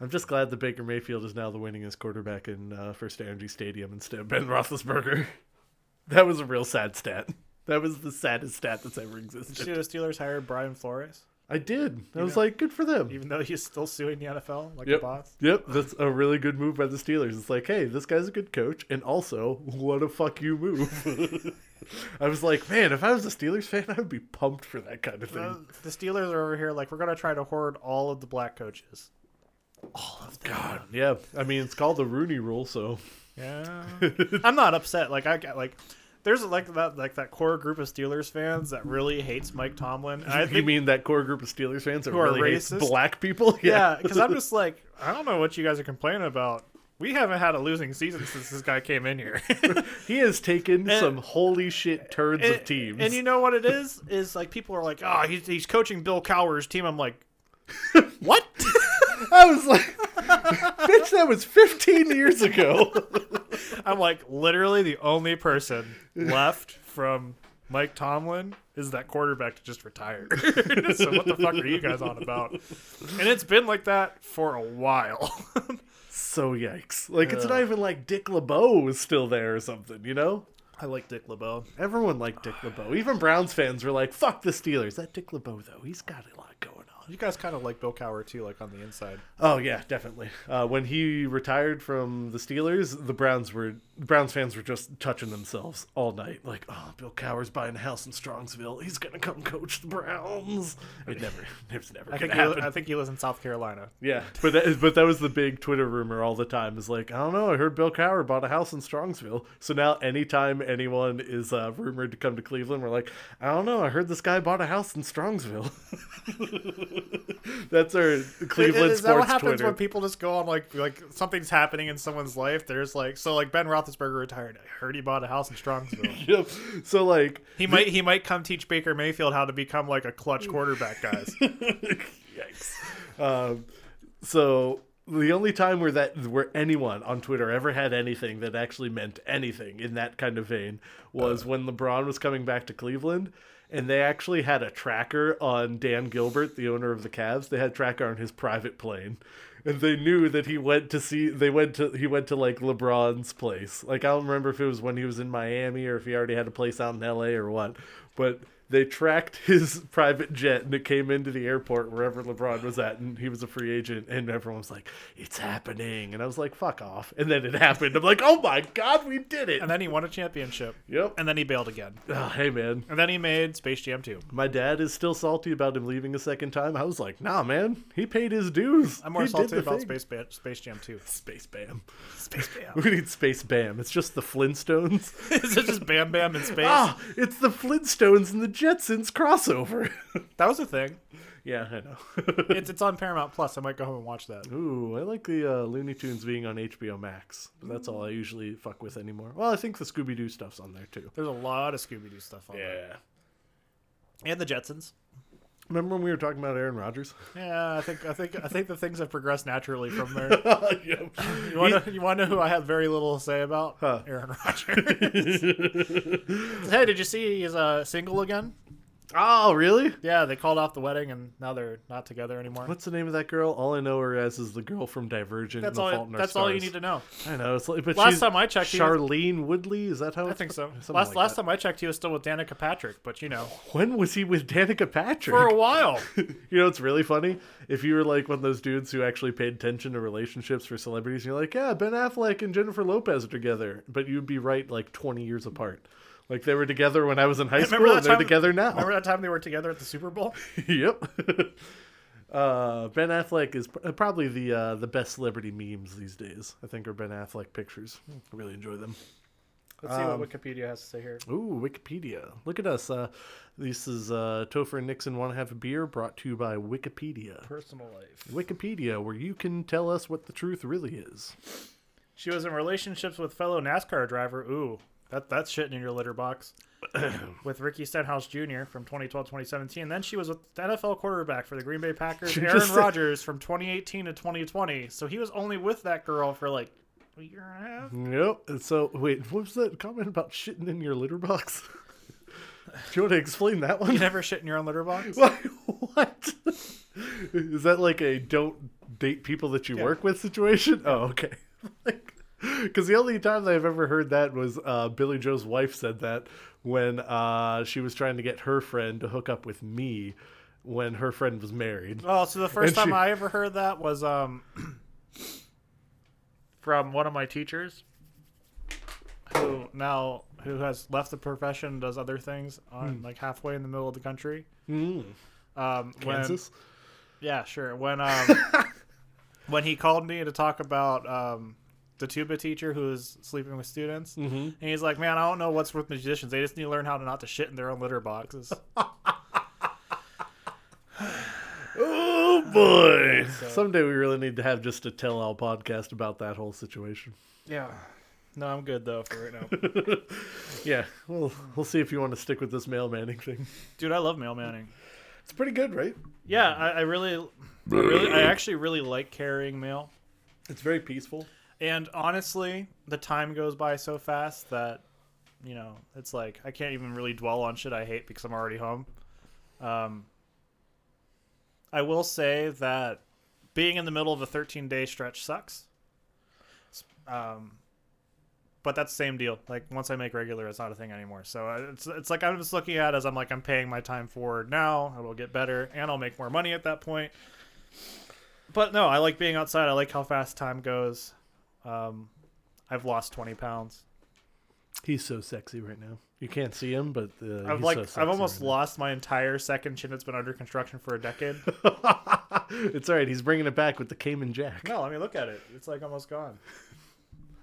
A: I'm just glad that Baker Mayfield is now the winningest quarterback in uh, First Energy Stadium instead of Ben Roethlisberger. (laughs) That was a real sad stat. That was the saddest stat that's ever
B: Did you see
A: existed.
B: the Steelers hired Brian Flores?
A: I did. I
B: You
A: was
B: know.
A: like, good for them.
B: even though he's still suing the NFL like
A: Yep.
B: a boss.
A: Yep, that's a really good move by the Steelers. It's like, hey, this guy's a good coach, and also, what a fuck you
B: (laughs)
A: move. I was like, man, if I was a Steelers fan, I would be pumped for that kind of thing.
B: The, Uh, the Steelers are over here like we're gonna try to hoard all of the black coaches.
A: God, yeah. I mean, it's called the Rooney Rule, so
B: Yeah, I'm not upset. Like I got like. There's like that like that core group of Steelers fans that really hates Mike Tomlin. And
A: (laughs)
B: I
A: you
B: think
A: mean that core group of Steelers fans that
B: Who are
A: really hates
B: racist?
A: black people? (laughs)
B: yeah, because I'm just like I don't know what you guys are complaining about. We haven't had a losing season since this guy came in here. (laughs)
A: he has taken
B: And-
A: some holy shit turns of
B: and,
A: teams.
B: and you know what it is? Is like people are like, oh, he's, he's coaching Bill Cowher's team. I'm (laughs) like, what?
A: (laughs) I was like, (laughs) bitch, that was 15 years ago.
B: (laughs) I'm like, literally the only person left from Mike Tomlin is that quarterback that just retired. (laughs) so what the fuck are you guys on about? And it's been like that for a while. (laughs)
A: so yikes! Like, it's not even like Dick LeBeau was still there or something, you know?
B: I like Dick LeBeau.
A: Everyone liked Dick LeBeau. Even Browns fans were like, "Fuck the Steelers." That Dick LeBeau though, he's got a lot going on.
B: You guys kind of like Bill Cowher too, like on the inside.
A: Oh yeah, definitely. Uh, when he retired from the Steelers, the Browns were Browns fans were just touching themselves all night. Like, oh, Bill Cowher's buying a house in Strongsville. He's gonna come coach the Browns. It never, (laughs) it's never gonna
B: I think, he,
A: happen.
B: I think he lives in South Carolina.
A: Yeah, but that, but that was the big Twitter rumor all the time. Is like, I don't know. I heard Bill Cowher bought a house in Strongsville. So now, anytime anyone is uh, rumored to come to Cleveland, we're like, I don't know. I heard this guy bought a house in Strongsville. (laughs) That's our Cleveland
B: is that what
A: sports
B: happens
A: Twitter.
B: when people just go on like like something's happening in someone's life? There's like so like Ben Roethlisberger retired. I heard he bought a house in Strongsville.
A: (laughs) Yep. So like,
B: (laughs) he might he might come teach Baker Mayfield how to become like a clutch quarterback, (laughs) guys.
A: yikes. Um, so the only time where that where anyone on Twitter ever had anything that actually meant anything in that kind of vein was when LeBron was coming back to Cleveland. And they actually had a tracker on Dan Gilbert, the owner of the Cavs. They had tracker on his private plane, and they knew that he went to see. They went to he went to like LeBron's place. Like I don't remember if it was when he was in Miami or if he already had a place out in L.A. or what. But they tracked (laughs) his private jet and it came into the airport wherever LeBron was at and he was a free agent and everyone was like, It's happening and I was like, Fuck off and then it (laughs) happened. I'm like, Oh my god, we did it.
B: and then he won a championship.
A: Yep.
B: And then he bailed again.
A: Ah, hey man.
B: And then he made Space Jam 2.
A: My dad is still salty about him leaving a second time. I was like, nah man, he paid his dues.
B: I'm more
A: He did
B: salty
A: the
B: about
A: thing."
B: Space ba- Space Jam 2.
A: Space Bam.
B: (laughs)
A: (laughs)
B: Space Bam.
A: We need Space Bam. It's just the Flintstones.
B: (laughs) is it just Bam Bam in space?
A: ah, it's the Flintstones and the Jetsons crossover. (laughs)
B: That was a thing.
A: yeah, I know. (laughs)
B: It's it's on Paramount Plus. I might go home and watch that.
A: Ooh, I like the uh, Looney Tunes being on HBO Max. But that's
B: Mm.
A: all I usually fuck with anymore. Well, I think the Scooby Doo stuff's on there too.
B: There's a lot of Scooby Doo stuff on there. And the Jetsons.
A: Remember when we were talking about Aaron
B: (laughs)
A: Rodgers?
B: Yeah, I think I think I think the things have progressed naturally from (laughs) there.
A: yep.
B: You want to you want to know who I have very little to say about?
A: Huh.
B: Aaron Rodgers. hey, did you see he's uh, single again?
A: (laughs) Oh, really?
B: Yeah, they called off the wedding and now they're not together anymore.
A: What's the name of that girl? All I know her as is the girl from Divergent.
B: that's
A: and the
B: all.
A: Fault in Our
B: That's all you
A: Stars.
B: need
A: (laughs)
B: to know.
A: I know. It's like, but
B: Last
A: she's
B: time I checked, he was-
A: Charlene Woodley. Is that how?
B: I
A: it's-
B: think so.
A: something
B: Last
A: like
B: last
A: that.
B: time I checked, he was still with Danica Patrick, but you know,
A: (laughs) When was he with Danica Patrick?
B: for a while.
A: (laughs) you know it's really funny if you were like one of those dudes who actually paid attention to relationships for celebrities and you're like yeah ben affleck and jennifer lopez are together but you'd be right like 20 years apart like they were together when i was in high school and they're together now
B: Remember that time they were together at the Super Bowl?
A: (laughs) yep (laughs) uh, ben affleck is pr- probably the uh, the best celebrity memes these days i think are ben affleck pictures i really enjoy them
B: Let's see
A: Um,
B: what Wikipedia has to say here.
A: Ooh, Wikipedia. Look at us. Uh, this is uh, Topher and Nixon Want to Have a Beer, brought to you by Wikipedia.
B: Personal life.
A: Wikipedia, where you can tell us what the truth really is.
B: She was in relationships with fellow NASCAR driver. Ooh, that that's shitting in your
A: (clears throat)
B: litter box. with Ricky Stenhouse Jr. from 2012 2017. Then she was with the NFL quarterback for the Green Bay Packers,
A: She
B: Aaron
A: just-
B: Rodgers, from 2018 to 2020. So he was only with that girl for like a year and a half.
A: Yep. And so, wait, what was that comment about shitting in your litter box? (laughs) Do you want to explain that
B: You
A: one? (laughs)
B: never shit in your own litter box?
A: Why- what? is that like a don't date people that you
B: Yeah.
A: work with situation? Oh, okay. (laughs) Because the only time that I've ever heard that was uh, Billy Joe's wife said that when uh, she was trying to get her friend to hook up with me. when her friend was married.
B: Oh, so the first
A: And
B: time
A: she-
B: I ever heard that was um (clears throat) from one of my teachers who now who has left the profession does other things on
A: Hmm.
B: like halfway in the middle of the country.
A: Mm,
B: Um when-
A: Kansas.
B: yeah, sure. When um when he called me to talk about um the tuba teacher who is sleeping with students
A: hmm
B: and he's like, "Man, I don't know what's with musicians. They just need to learn how to not to shit in their own litter boxes."
A: Oh boy!
B: So-
A: Someday we really need to have just a tell-all podcast about that whole situation.
B: yeah. No, I'm good though for right now.
A: yeah, we'll we'll see if you want to stick with this mailmanning thing.
B: Dude, I love mailmanning.
A: It's pretty good, right?
B: Yeah, I, I really, I really, I actually really like carrying mail.
A: It's very peaceful.
B: And honestly, the time goes by so fast that, you know, it's like I can't even really dwell on shit I hate because I'm already home. Um, I will say that being in the middle of a 13 day stretch sucks. S- Um, but that's the same deal. Like once I make regular, it's not a thing anymore. So I- it's it's like I'm just looking at it as I'm like I'm paying my time forward now. I will get better and I'll make more money at that point. But no, I like being outside. I like how fast time goes. Um, I've lost twenty pounds.
A: He's so sexy right now. You can't see him, but uh,
B: I've
A: he's
B: like
A: so sexy
B: I've almost
A: right now.
B: lost my entire second chin that's been under construction for a decade.
A: (laughs) it's all right. He's bringing it back with the Cayman Jack.
B: no, I mean look at it. It's like almost gone.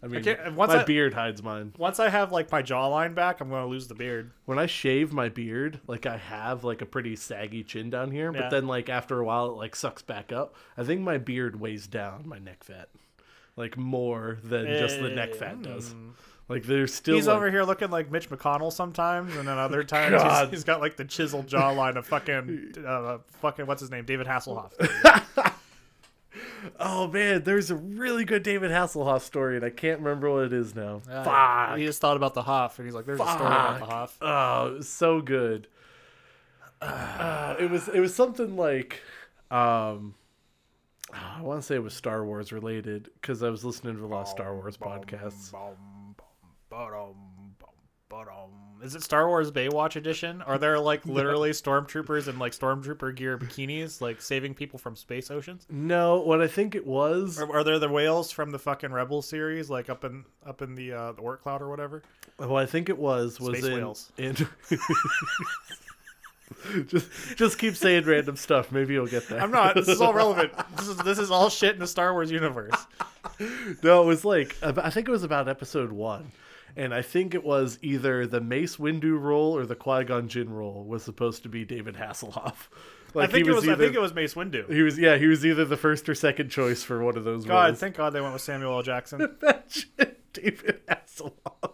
A: I mean,
B: can't- once
A: my
B: I-
A: beard hides mine.
B: Once I have like my jawline back, I'm gonna lose the beard.
A: When I shave my beard, like I have like a pretty saggy chin down here,
B: Yeah.
A: but then like after a while it like sucks back up. I think my beard weighs down my neck fat, like more than just the neck fat does. Like there's still
B: Eh, hmm. He's
A: like,
B: over here looking like Mitch McConnell sometimes, and
A: (laughs)
B: then other times
A: God.
B: he's, he's got like the chiseled jawline of fucking uh, fucking what's his name, David Hasselhoff.
A: Oh man, there's a really good David Hasselhoff story, and I can't remember what it is now. (laughs)
B: Uh,
A: Fuck.
B: He just thought about the Hoff, and he's like, "There's a story about the Hoff."
A: Oh, it was so good. (sighs) Uh, it was it was something like um I want to say it was Star Wars related because I was listening to a lot of
B: Oh,
A: Star Wars podcasts.
B: Bum, bum, ba-dum, bum, ba-dum. Is it Star Wars Baywatch edition? Are there
A: (laughs)
B: like literally stormtroopers in like stormtrooper gear bikinis, like saving people from space oceans?
A: No, what I think it was
B: Or are there the whales from the fucking Rebel series, like up in up in the uh, the Oort cloud or whatever?
A: Well, I think it was was
B: Space
A: in, (laughs)
B: whales.
A: in- just just keep saying random stuff. Maybe you'll get there.
B: I'm not. This is all relevant. This is this is all shit in the Star Wars universe.
A: (laughs) No, it was like ab- I think it was about episode one, and I think it was either the Mace Windu role or the Qui Gon Jinn role was supposed to be David Hasselhoff. Like
B: I think
A: he was,
B: it was. I
A: either,
B: think it was Mace Windu.
A: he was yeah he was either the first or second choice for one of those
B: God,
A: roles.
B: thank God they went with Samuel L. Jackson. (laughs)
A: (laughs) Imagine David Hasselhoff.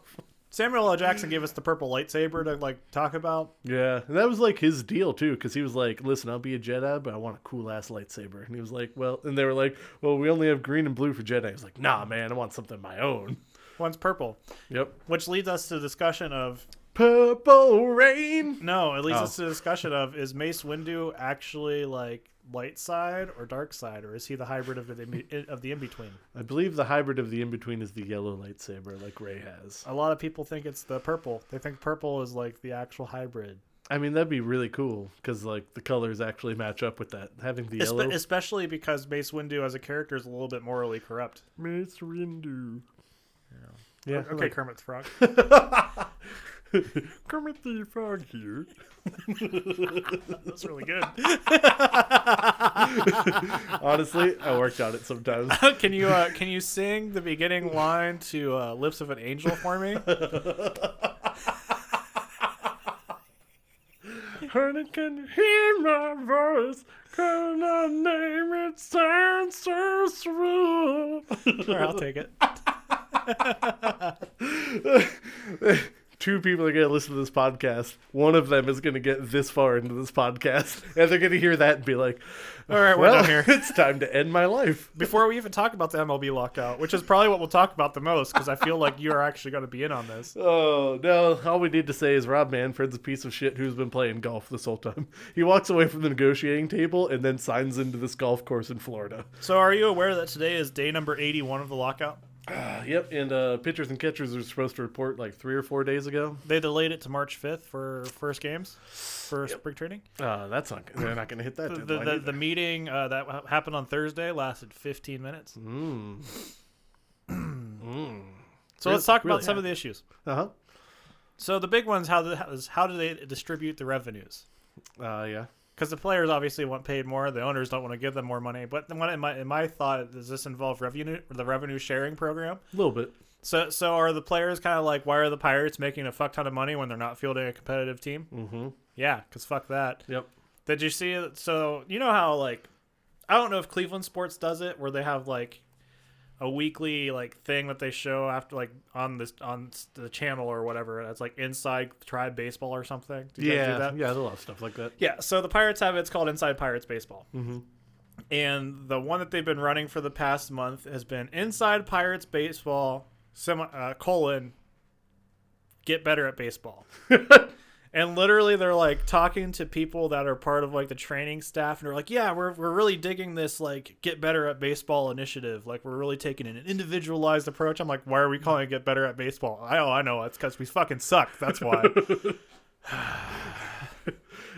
B: Samuel L. Jackson gave us the purple lightsaber to like talk about.
A: Yeah, and that was like his deal too, because he was like, "Listen, I'll be a Jedi, but I want a cool ass lightsaber." And he was like, "Well," and they were like, "Well, we only have green and blue for Jedi." He was like, "Nah, man, I want something of my own."
B: One's purple,
A: Yep.
B: which leads us to the discussion of
A: Purple rain.
B: No, it leads
A: Oh.
B: us to the discussion of is Mace Windu actually like light side or dark side, or is he the hybrid of the in- of the in between?
A: I believe the hybrid of the in between is the yellow lightsaber, like Ray has.
B: A lot of people think it's the purple. They think purple is like the actual hybrid,
A: I mean, that'd be really cool because like the colors actually match up with that. Having the
B: Espe-
A: yellow.
B: especially because Mace Windu as a character is a little bit morally corrupt.
A: Mace Windu. Yeah. I
B: Okay,
A: like-
B: Kermit the (laughs) Frog.
A: Kermit the Frog here.
B: That's really good.
A: Honestly, I worked on it sometimes.
B: (laughs) can you uh, can you sing the beginning line to uh, "Lips of an Angel" for (laughs) me?
A: Honey, can you hear my voice? Can I name it sounds so sweet?
B: Sure, I'll take it.
A: (laughs) Two people are going to listen to this podcast. One of them is going to get this far into this podcast, and they're going to hear that and be like,
B: (laughs) All right, we're
A: well,
B: done here.
A: (laughs) it's time to end my life.
B: before we even talk about the MLB lockout, which is probably what we'll talk about the most, because I feel like you are actually going to be in on this.
A: Oh, no. All we need to say is Rob Manfred's a piece of shit who's been playing golf this whole time. (laughs) He walks away from the negotiating table and then signs into this golf course in Florida.
B: So, are you aware that today is day number eighty-one of the lockout?
A: Uh, yep, and uh, pitchers and catchers are supposed to report like three or four days ago.
B: They delayed it to March 5th for first games for spring training.
A: Uh, that's not. They're not going to hit that
B: (laughs) The, the,
A: deadline.
B: the,
A: either.
B: the meeting uh, that ha- happened on Thursday lasted 15 minutes. (clears throat)
A: Mm.
B: So let's talk
A: Hmm. Really-
B: about some of the issues.
A: Uh-huh.
B: So the big one's how the, how is how do they distribute the revenues?
A: Uh Yeah.
B: Because the players obviously want paid more, the owners don't want to give them more money. But the one in my in my thought does this involve revenue the revenue sharing program?
A: A little bit.
B: So so are the players kind of like why are the Pirates making a fuck ton of money when they're not fielding a competitive team?
A: Mm-hmm.
B: Yeah, because fuck that.
A: Yep.
B: Did you see? So you know how like I don't know if Cleveland sports does it where they have like a weekly like thing that they show after like on this on the channel or whatever. That's like inside tribe baseball or something. Do you guys do
A: yeah.
B: that?
A: Yeah. There's a lot of stuff like that.
B: Yeah, so the Pirates have it. it's called Inside Pirates Baseball. Mm-hmm. And the one that they've been running for the past month has been Inside Pirates Baseball semi, uh, colon get better at baseball. and literally they're like talking to people that are part of like the training staff and they're like, "Yeah, we're we're really digging this like get better at baseball initiative. Like we're really taking an individualized approach." I'm like, "Why are we calling it get better at baseball?" I oh, I know, it's cuz we fucking suck. That's why.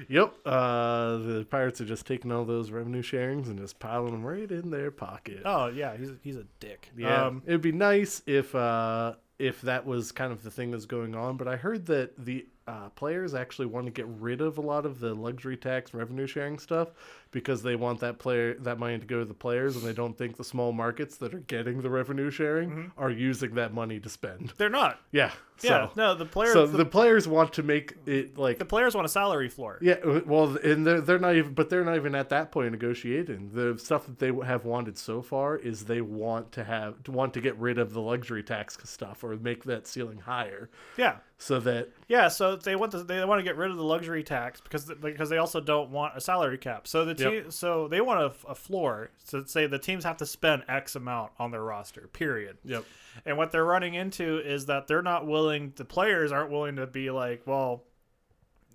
A: Yep. Uh, the pirates are just taking all those revenue sharings and just piling them right in their pocket.
B: oh, yeah, he's he's a dick.
A: Yeah,
B: Um,
A: it'd be nice if uh, if that was kind of the thing that's going on. But I heard that the uh, players actually want to get rid of a lot of the luxury tax revenue sharing stuff because they want that player that money to go to the players, and they don't think the small markets that are getting the revenue sharing are using that money to spend.
B: They're not.
A: Yeah,
B: Yeah,
A: so
B: no, the players
A: so
B: the,
A: the, players want to make it like.
B: the players want a salary floor.
A: yeah, well, and they're, they're not even, but they're not even at that point negotiating. The stuff that they have wanted so far is they want to have, to want to get rid of the luxury tax stuff or make that ceiling higher,
B: Yeah.
A: so that
B: Yeah, so they want to, they want to get rid of the luxury tax because because they also don't want a salary cap. So the team
A: Yep.
B: so they want a, a floor to say the teams have to spend X amount on their roster. Period.
A: yep,
B: And what they're running into is that they're not willing. The players aren't willing to be like, well,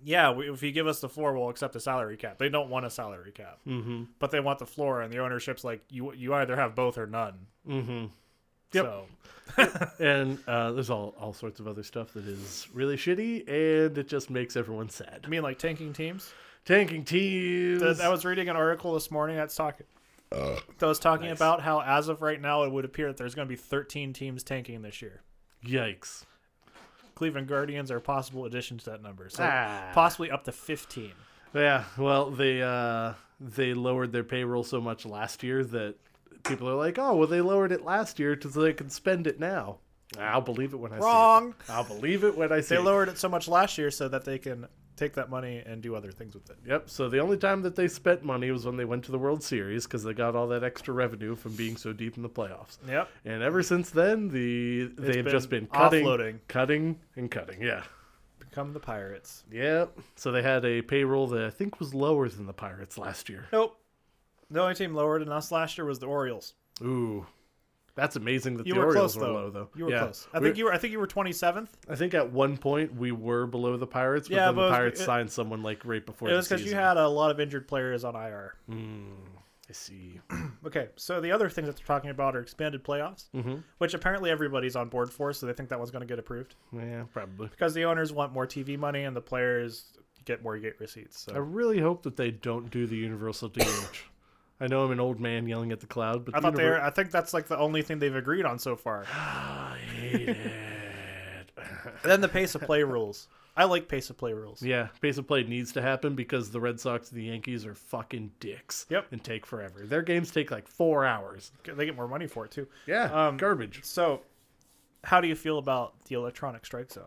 B: yeah, we, if you give us the floor, we'll accept a salary cap. They don't want a salary cap,
A: mm-hmm,
B: but they want the floor, and the ownership's like, you you either have both or none.
A: mm-hmm. Yep.
B: So
A: and uh, there's all all sorts of other stuff that is really shitty, and it just makes everyone sad.
B: I mean, like tanking teams.
A: Tanking teams.
B: Th- I was reading an article this morning that's talking. that was talking
A: Nice.
B: about how, as of right now, it would appear that there's going to be 13 teams tanking this year.
A: Yikes.
B: Cleveland Guardians are a possible addition to that number, so
A: Ah.
B: possibly up to 15.
A: Yeah, well, they uh, they lowered their payroll so much last year that people are like, oh, well, they lowered it last year to so they can spend it now. I'll believe it when I
B: Wrong.
A: see it. I'll believe it when I see
B: They
A: it.
B: lowered it so much last year so that they can take that money and do other things with it.
A: Yep. So the only time that they spent money was when they went to the World Series because they got all that extra revenue from being so deep in the playoffs.
B: Yep.
A: And ever since then, the they've
B: been
A: just been cutting,
B: offloading.
A: cutting, and cutting. Yeah.
B: Become the Pirates.
A: Yep. So they had a payroll that I think was lower than the Pirates last year.
B: Nope. The only team lower than us last year was the Orioles.
A: Ooh. That's amazing that
B: You
A: the
B: were
A: Orioles
B: close
A: were
B: though.
A: low, though.
B: You were
A: Yeah.
B: close. I
A: We-
B: think you were. I think you were 27th.
A: I think at one point we were below the Pirates, but
B: Yeah,
A: then
B: but it
A: the
B: was-
A: Pirates
B: it-
A: signed someone like right before
B: It
A: the
B: was because you
A: season.
B: had a lot of injured players on IR.
A: I see.
B: Okay, so the other things that they're talking about are expanded playoffs, which apparently everybody's on board for, so they think that one's going to get approved
A: Yeah, probably.
B: because the owners want more TV money and the players get more gate receipts.
A: I
B: So
A: really hope that they don't do the Universal DH. I know I'm an old man yelling at the cloud, but
B: I
A: the
B: thought they were,
A: univer- Ah,
B: I think that's like the only thing they've agreed on so far.
A: I hate it. (laughs)
B: And then the pace of play rules. I like pace of play rules.
A: yeah, pace of play needs to happen because the Red Sox and the Yankees are fucking dicks.
B: Yep.
A: and take forever. Their games take like four hours.
B: They get more money for it too.
A: Yeah,
B: Um,
A: garbage.
B: So, how do you feel about the electronic strike zone?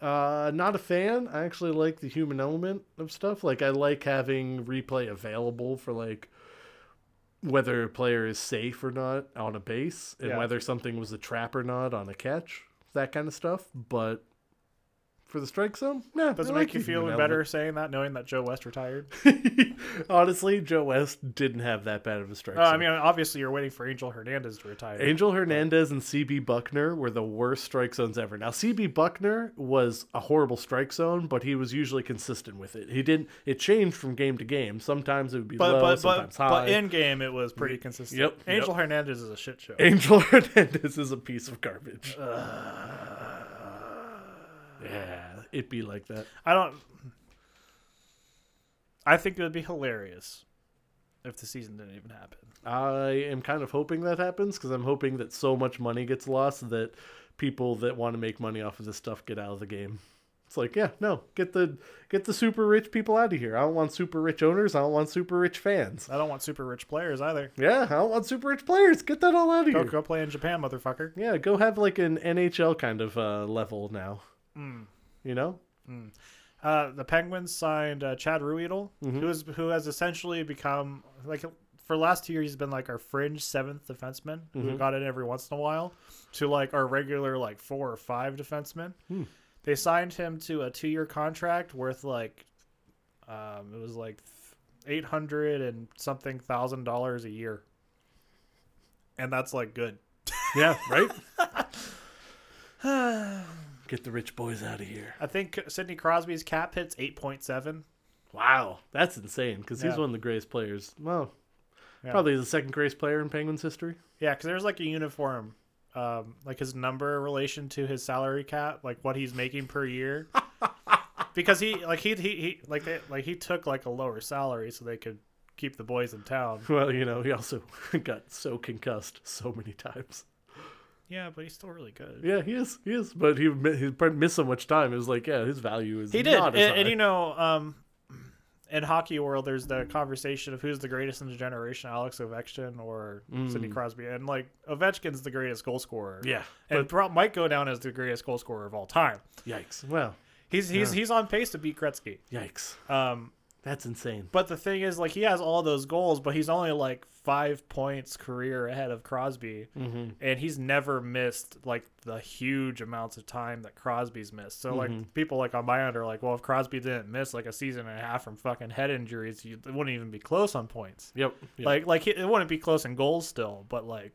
A: Uh, not a fan. I actually like the human element of stuff. Like I like having replay available for like whether a player is safe or not on a base and
B: Yeah.
A: whether something was a trap or not on a catch, that kind of stuff. But for the strike zone? No,
B: Does it make you feel better saying that, knowing that Joe West retired?
A: (laughs) Honestly, Joe West didn't have that bad of a strike.
B: Uh, I
A: zone.
B: mean, obviously, you're waiting for Angel Hernandez to retire.
A: Angel Hernandez and CB Buckner were the worst strike zones ever. Now CB Buckner was a horrible strike zone, but he was usually consistent with it. He didn't. It changed from game to game. Sometimes it would be
B: but
A: low,
B: but but,
A: sometimes high.
B: but in game, it was pretty consistent.
A: Yep,
B: Angel Hernandez is a shit show.
A: (laughs) Angel Hernandez is a piece of
B: (sighs)
A: garbage. yeah, it'd be like that.
B: I don't. I think it would be hilarious if the season didn't even happen.
A: I am kind of hoping that happens because I'm hoping that so much money gets lost that people that want to make money off of this stuff get out of the game. It's like, yeah, no, get the get the super rich people out of here. I don't want super rich owners. I don't want super rich fans.
B: I don't want super rich players either.
A: Yeah, I don't want super rich players. Get that all out of
B: Go,
A: here.
B: go play in Japan, motherfucker.
A: Yeah, go have like an NHL kind of uh, level now.
B: Mm.
A: You know,
B: Uh, the Penguins signed uh, Chad Ruedel, who is who has essentially become like for the last two years he's been like our fringe seventh defenseman who got in every once in a while to like our regular like four or five defenseman. They signed him to a two year contract worth like um, it was like eight hundred and something thousand dollars a year, and that's like good.
A: Yeah,
B: (laughs)
A: right? Get the rich boys out of here.
B: I think Sidney Crosby's cap hits eight point seven.
A: Wow, that's insane because he's
B: Yeah.
A: one of the greatest players. Well,
B: Yeah.
A: probably the second greatest player in Penguins history. (laughs)
B: Yeah, because there's like a uniform, um, like his number relation to his salary cap, like what he's making
A: (laughs)
B: per year. because he like he he, he like they, like he took like a lower salary so they could keep the boys in town.
A: Well, you know, he also (laughs) got so concussed so many times.
B: Yeah, but he's still really good.
A: Yeah, he is. He is. But he, mi- he probably missed so much time. It was like, yeah, his value is
B: He did,
A: not
B: and,
A: as high.
B: and you know, um, in hockey world, there's the conversation of who's the greatest in the generation, Alex Ovechkin or Sidney Crosby, and like Ovechkin's the greatest goal scorer.
A: Mm. yeah.
B: and pro- might go down as the greatest goal scorer of all time.
A: Yikes. Well,
B: He's he's he's on pace to beat Gretzky.
A: yikes.
B: Um,
A: That's insane.
B: But the thing is, like, he has all those goals, but he's only like five points career ahead of Crosby,
A: Mm-hmm.
B: and he's never missed like the huge amounts of time that Crosby's missed. So
A: Mm-hmm.
B: like, people like on my end are like, well, if Crosby didn't miss like a season and a half from fucking head injuries, you, it wouldn't even be close on points.
A: Yep. yep.
B: Like, like it, it wouldn't be close in goals still, but like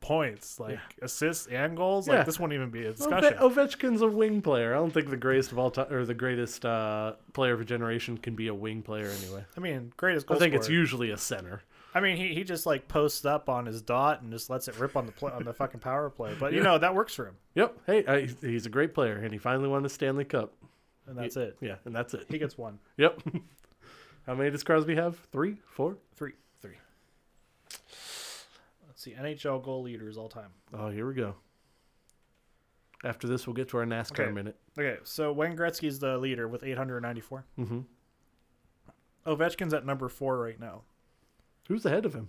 B: points, like assists and goals,
A: Yeah. oh,
B: like this wouldn't even be a
A: Ove-
B: discussion.
A: Ovechkin's a wing player. I don't think the greatest of all time or the greatest uh, player of a generation can be a wing player anyway.
B: I mean, greatest
A: I
B: goal
A: think it's
B: scorer.
A: usually a center.
B: I mean, he, he just like posts up on his dot and just lets it rip on the play, on the fucking power play. But you know that works for him,
A: Yep. Hey, I, he's a great player, and he finally won the Stanley Cup.
B: and that's it.
A: Yeah, and that's it.
B: He gets one,
A: Yep. (laughs) How many does Crosby have? Three, four?
B: three, three. Let's see NHL goal leaders all time.
A: Oh, here we go. After this, we'll get to our NASCAR
B: Okay.
A: minute.
B: Okay, so Wayne Gretzky's the leader with 894.
A: Mm-hmm.
B: Ovechkin's at number four right now.
A: Who's ahead
B: (laughs)
A: of him?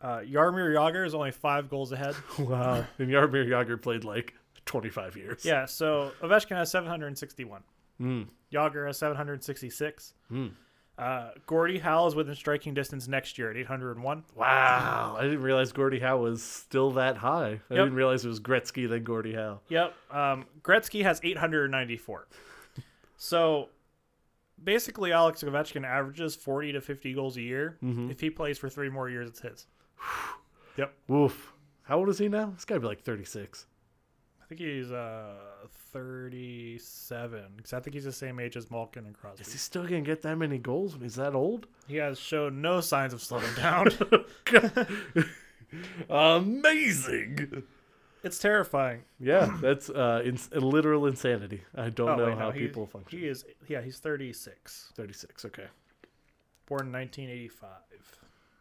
B: Uh, Yarmir Yager is only five goals ahead.
A: Wow. (laughs) and Yarmir Yager played like 25 years.
B: yeah, so Ovechkin has 761.
A: Mm.
B: Yager has 766.
A: Hmm.
B: Uh, Gordie Howe is within striking distance next year at 801.
A: Wow. I didn't realize Gordie Howe was still that high. I
B: Yep.
A: didn't realize it was Gretzky, then Gordie Howe.
B: Yep. Um, Gretzky has 894. so basically, Alex Ovechkin averages 40 to 50 goals a year.
A: Mm-hmm.
B: If he plays for three more years,
A: (sighs)
B: it's his. yep.
A: Woof. How old is he now? It's got to be like 36.
B: I think he's uh, 37 because I think he's the same age as Malkin and Crosby.
A: Is he still going to get that many goals when he's that
B: (laughs)
A: old? (laughs)
B: He has shown no signs of slowing down. (laughs)
A: Amazing.
B: it's terrifying.
A: Yeah, that's uh, ins- literal insanity. I don't know
B: Oh, wait, no,
A: how
B: he-
A: people function.
B: He is, yeah, he's 36,
A: 36, okay.
B: born in 1985.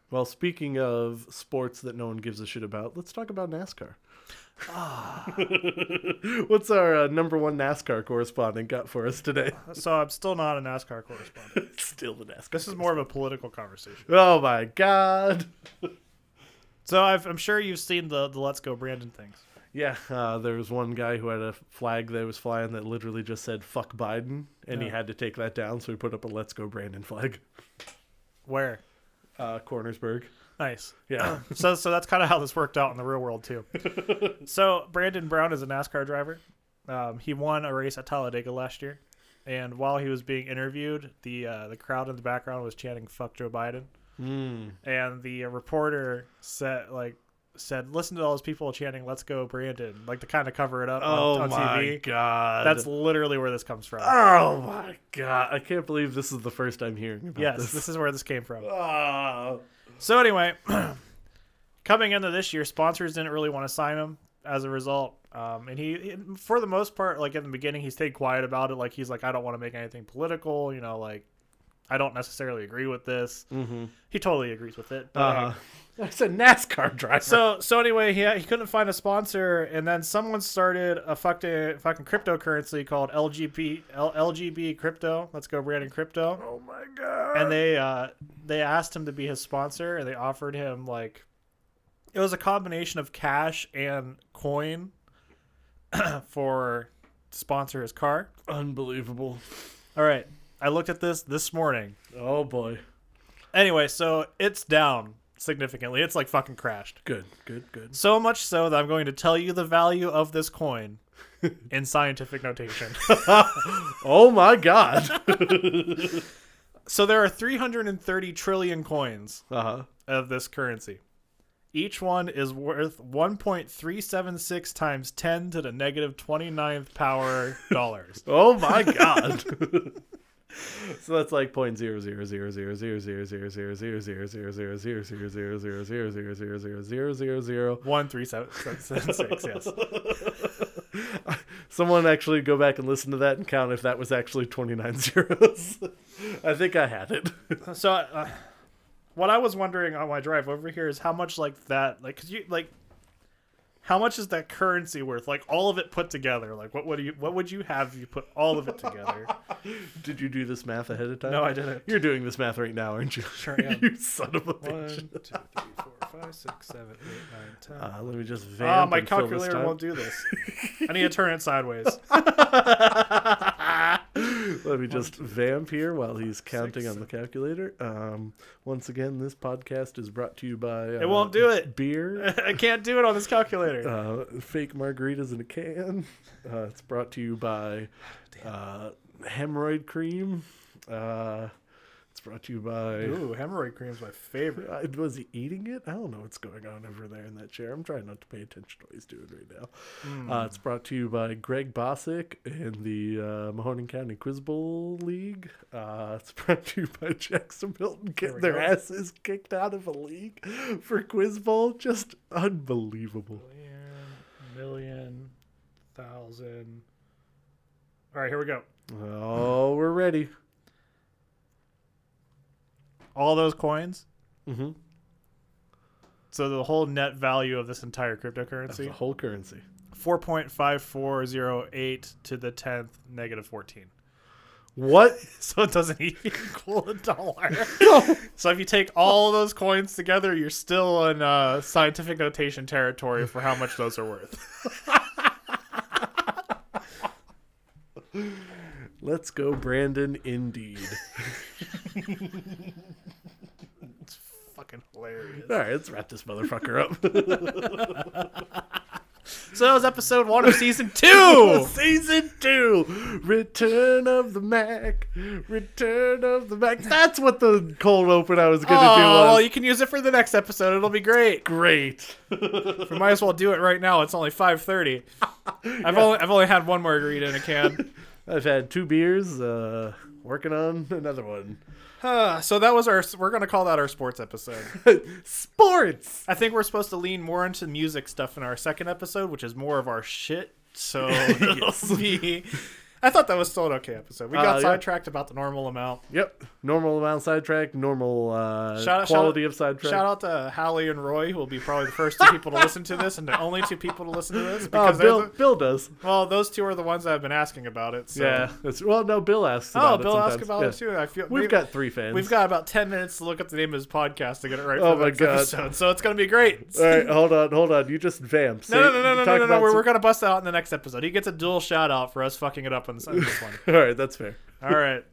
A: Well, speaking of sports that no one gives a shit about, let's talk about NASCAR. Ah. (laughs) What's our uh, number one NASCAR correspondent got for us today? (laughs)
B: So I'm still not a NASCAR correspondent.
A: Still the NASCAR.
B: This is more of a political conversation.
A: Oh my god.
B: So I've, I'm sure you've seen the the Let's Go Brandon things.
A: Yeah, uh, there was one guy who had a flag that was flying that literally just said "fuck Biden," and he
B: Yeah.
A: had to take that down, so he put up a "Let's Go Brandon" flag.
B: Where?
A: Uh, Cornersburg.
B: Nice.
A: Yeah.
B: (clears throat)
A: (laughs)
B: So so that's kind of how this worked out in the real world too. so Brandon Brown is a NASCAR driver. Um, he won a race at Talladega last year, and while he was being interviewed, the uh, the crowd in the background was chanting "fuck Joe Biden,"
A: Hmm.
B: and the uh, reporter said like said listen to all those people chanting "let's go Brandon," like to kind of cover it up
A: Oh
B: on, on
A: my
B: TV.
A: god.
B: That's literally where this comes from.
A: Oh my god. I can't believe this is the first I'm hearing about
B: yes,
A: this.
B: this is where this came from.
A: Ah.
B: So anyway, (clears throat) coming into this year, sponsors didn't really want to sign him as a result. Um, and he, for the most part, like in the beginning, he stayed quiet about it. Like he's like, I don't want to make anything political. You know, like I don't necessarily agree with this. Mm-hmm. He totally agrees with it. but, like,
A: Uh, that's a NASCAR driver.
B: so so anyway, he he couldn't find a sponsor, and then someone started a fucking fucking cryptocurrency called LGB L, LGB crypto. Let's go, Brandon Crypto
A: oh my god.
B: and they uh they asked him to be his sponsor and they offered him like it was a combination of cash and coin (clears throat) for to sponsor his car
A: Unbelievable.
B: all right i looked at this this morning
A: Oh boy.
B: anyway so it's down significantly it's like fucking crashed
A: Good, good, good.
B: so much so that i'm going to tell you the value of this coin in scientific notation (laughs)
A: Oh my god.
B: so there are 330 trillion coins
A: uh-huh.
B: of this currency. Each one is worth 1.376 times 10 to the negative 29th power dollars.
A: Oh my god. So that's like point zero zero zero zero zero zero zero zero zero zero zero zero zero zero zero zero zero zero zero zero zero zero zero.
B: 1.376, yes.
A: Someone actually go back and listen to that and count if that was actually twenty nine zeros. I think I had it.
B: So, uh, what I was wondering on my drive over here is how much, like, that, like, 'cause you, like, how much is that currency worth? Like all of it put together. Like what would you what would you have if you put all of it together?
A: Did you do this math ahead of time?
B: No, I didn't.
A: You're doing this math right now, aren't you?
B: (laughs) Sure am.
A: (laughs) you son of a
B: One, two,
A: bitch.
B: three, four, five, six, seven, eight, nine, ten.
A: Uh, let me just
B: Oh,
A: vamp
B: my
A: and fill this
B: calculator
A: time.
B: won't do this. I need to turn it sideways.
A: (laughs)
B: (laughs)
A: Let me just vamp here while he's counting on the calculator. Um, once again, this podcast is brought to you by uh,
B: It won't do it. (laughs)
A: beer,
B: I can't do it on this calculator.
A: uh, fake margaritas in a can. Uh, it's brought to you by uh, hemorrhoid cream. Uh, it's brought to you by.
B: Ooh, hemorrhoid cream's my favorite.
A: I Uh, was he eating it? I don't know what's going on over there in that chair. I'm trying not to pay attention to what he's doing right now.
B: Hmm.
A: Uh, it's brought to you by Greg Bosick and the uh, Mahoning County Quiz Bowl League. Uh, it's brought to you by Jackson Milton getting
B: we
A: their
B: go.
A: asses kicked out of a league for Quiz Bowl. Just unbelievable.
B: Million, thousand. All right, here we go.
A: Oh, we're ready.
B: All those coins.
A: Mm-hmm.
B: So the whole net value of this entire
A: That's the
B: cryptocurrency,
A: whole currency.
B: four point five four zero eight to the tenth negative fourteen. (laughs)
A: What?
B: So it doesn't (laughs) equal a dollar. so if you take all those coins together, you're still in uh, scientific notation territory for how much those are worth. (laughs)
A: Let's go, Brandon. Indeed.
B: It's fucking hilarious.
A: All right, let's wrap this motherfucker up.
B: So that was episode one of (laughs) season two.
A: (laughs) Season two, Return of the Mac, Return of the Mac. That's what the cold open I was gonna do
B: oh, well,
A: was.
B: you can use it for the next episode. It'll be great.
A: Great. (laughs)
B: We might as well do it right now. It's only five thirty. I've only I've only had one margarita in a can.
A: (laughs) I've had two beers. Uh, working on another one.
B: Huh, so that was our. We're gonna call that our sports
A: (laughs)
B: episode.
A: Sports.
B: I think we're supposed to lean more into music stuff in our second episode, which is more of our shit.
A: (laughs)
B: So it'll be. (laughs) I thought that was still an okay episode. We
A: Uh,
B: got
A: yeah.
B: sidetracked about the normal amount.
A: Yep. Normal amount of sidetrack. Normal uh,
B: Shout out-
A: quality
B: shout
A: of sidetrack.
B: Shout out to Hallie and Roy, who will be probably the first two people to listen to this, and the only two people to listen to
A: (laughs)
B: this
A: Oh,
B: because
A: Bill.
B: they're the-
A: Bill does.
B: well, those two are the ones that have been asking about it. So.
A: Yeah. That's, well, no. Bill asks.
B: Oh,
A: About it
B: Bill asked
A: sometimes.
B: about
A: Yeah.
B: it too. I feel
A: We've got three fans.
B: we've got about ten minutes to look up the name of his podcast to get it right.
A: Oh my
B: for the next
A: God.
B: Episode. So it's gonna be great.
A: (laughs) (laughs) All right, hold on, hold on. You just vamp. Say-
B: No, no, no, no, no,
A: talk
B: no, no, no.
A: about
B: We're,
A: some-
B: we're gonna bust that out in the next episode. He gets a dual shout out for us fucking it up on this, on this one.
A: (laughs) All right, that's fair.
B: All right.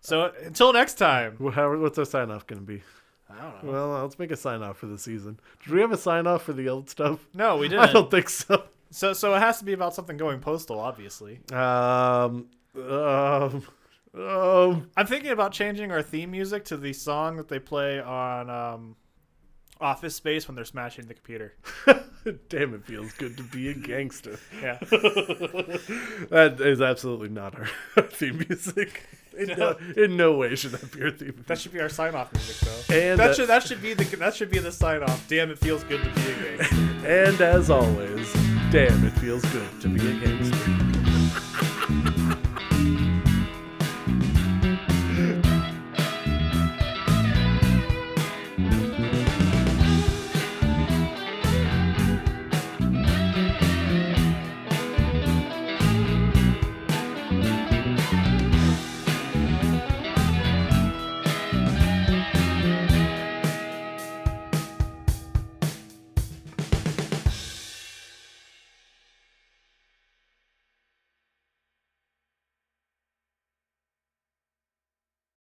B: So until next time.
A: Well, How, what's our sign off going to be?
B: I don't know.
A: uh, Well, let's make a sign off for the season. Did we have a sign off for the old stuff?
B: No, we didn't.
A: I don't think so.
B: So so it has to be about something going postal, obviously.
A: Um, um, um, (laughs)
B: I'm thinking about changing our theme music to the song that they play on um, Office Space when they're smashing the computer.
A: damn, it feels good to be a (laughs) gangster.
B: Yeah.
A: that is absolutely not our (laughs) theme music. In no, in no way should that be our theme music.
B: That should be our sign off music though.
A: And
B: that
A: that-
B: should that should be the that should be the sign off. Damn, it feels good to be a gangster.
A: And as always, damn, it feels good to be a gangster.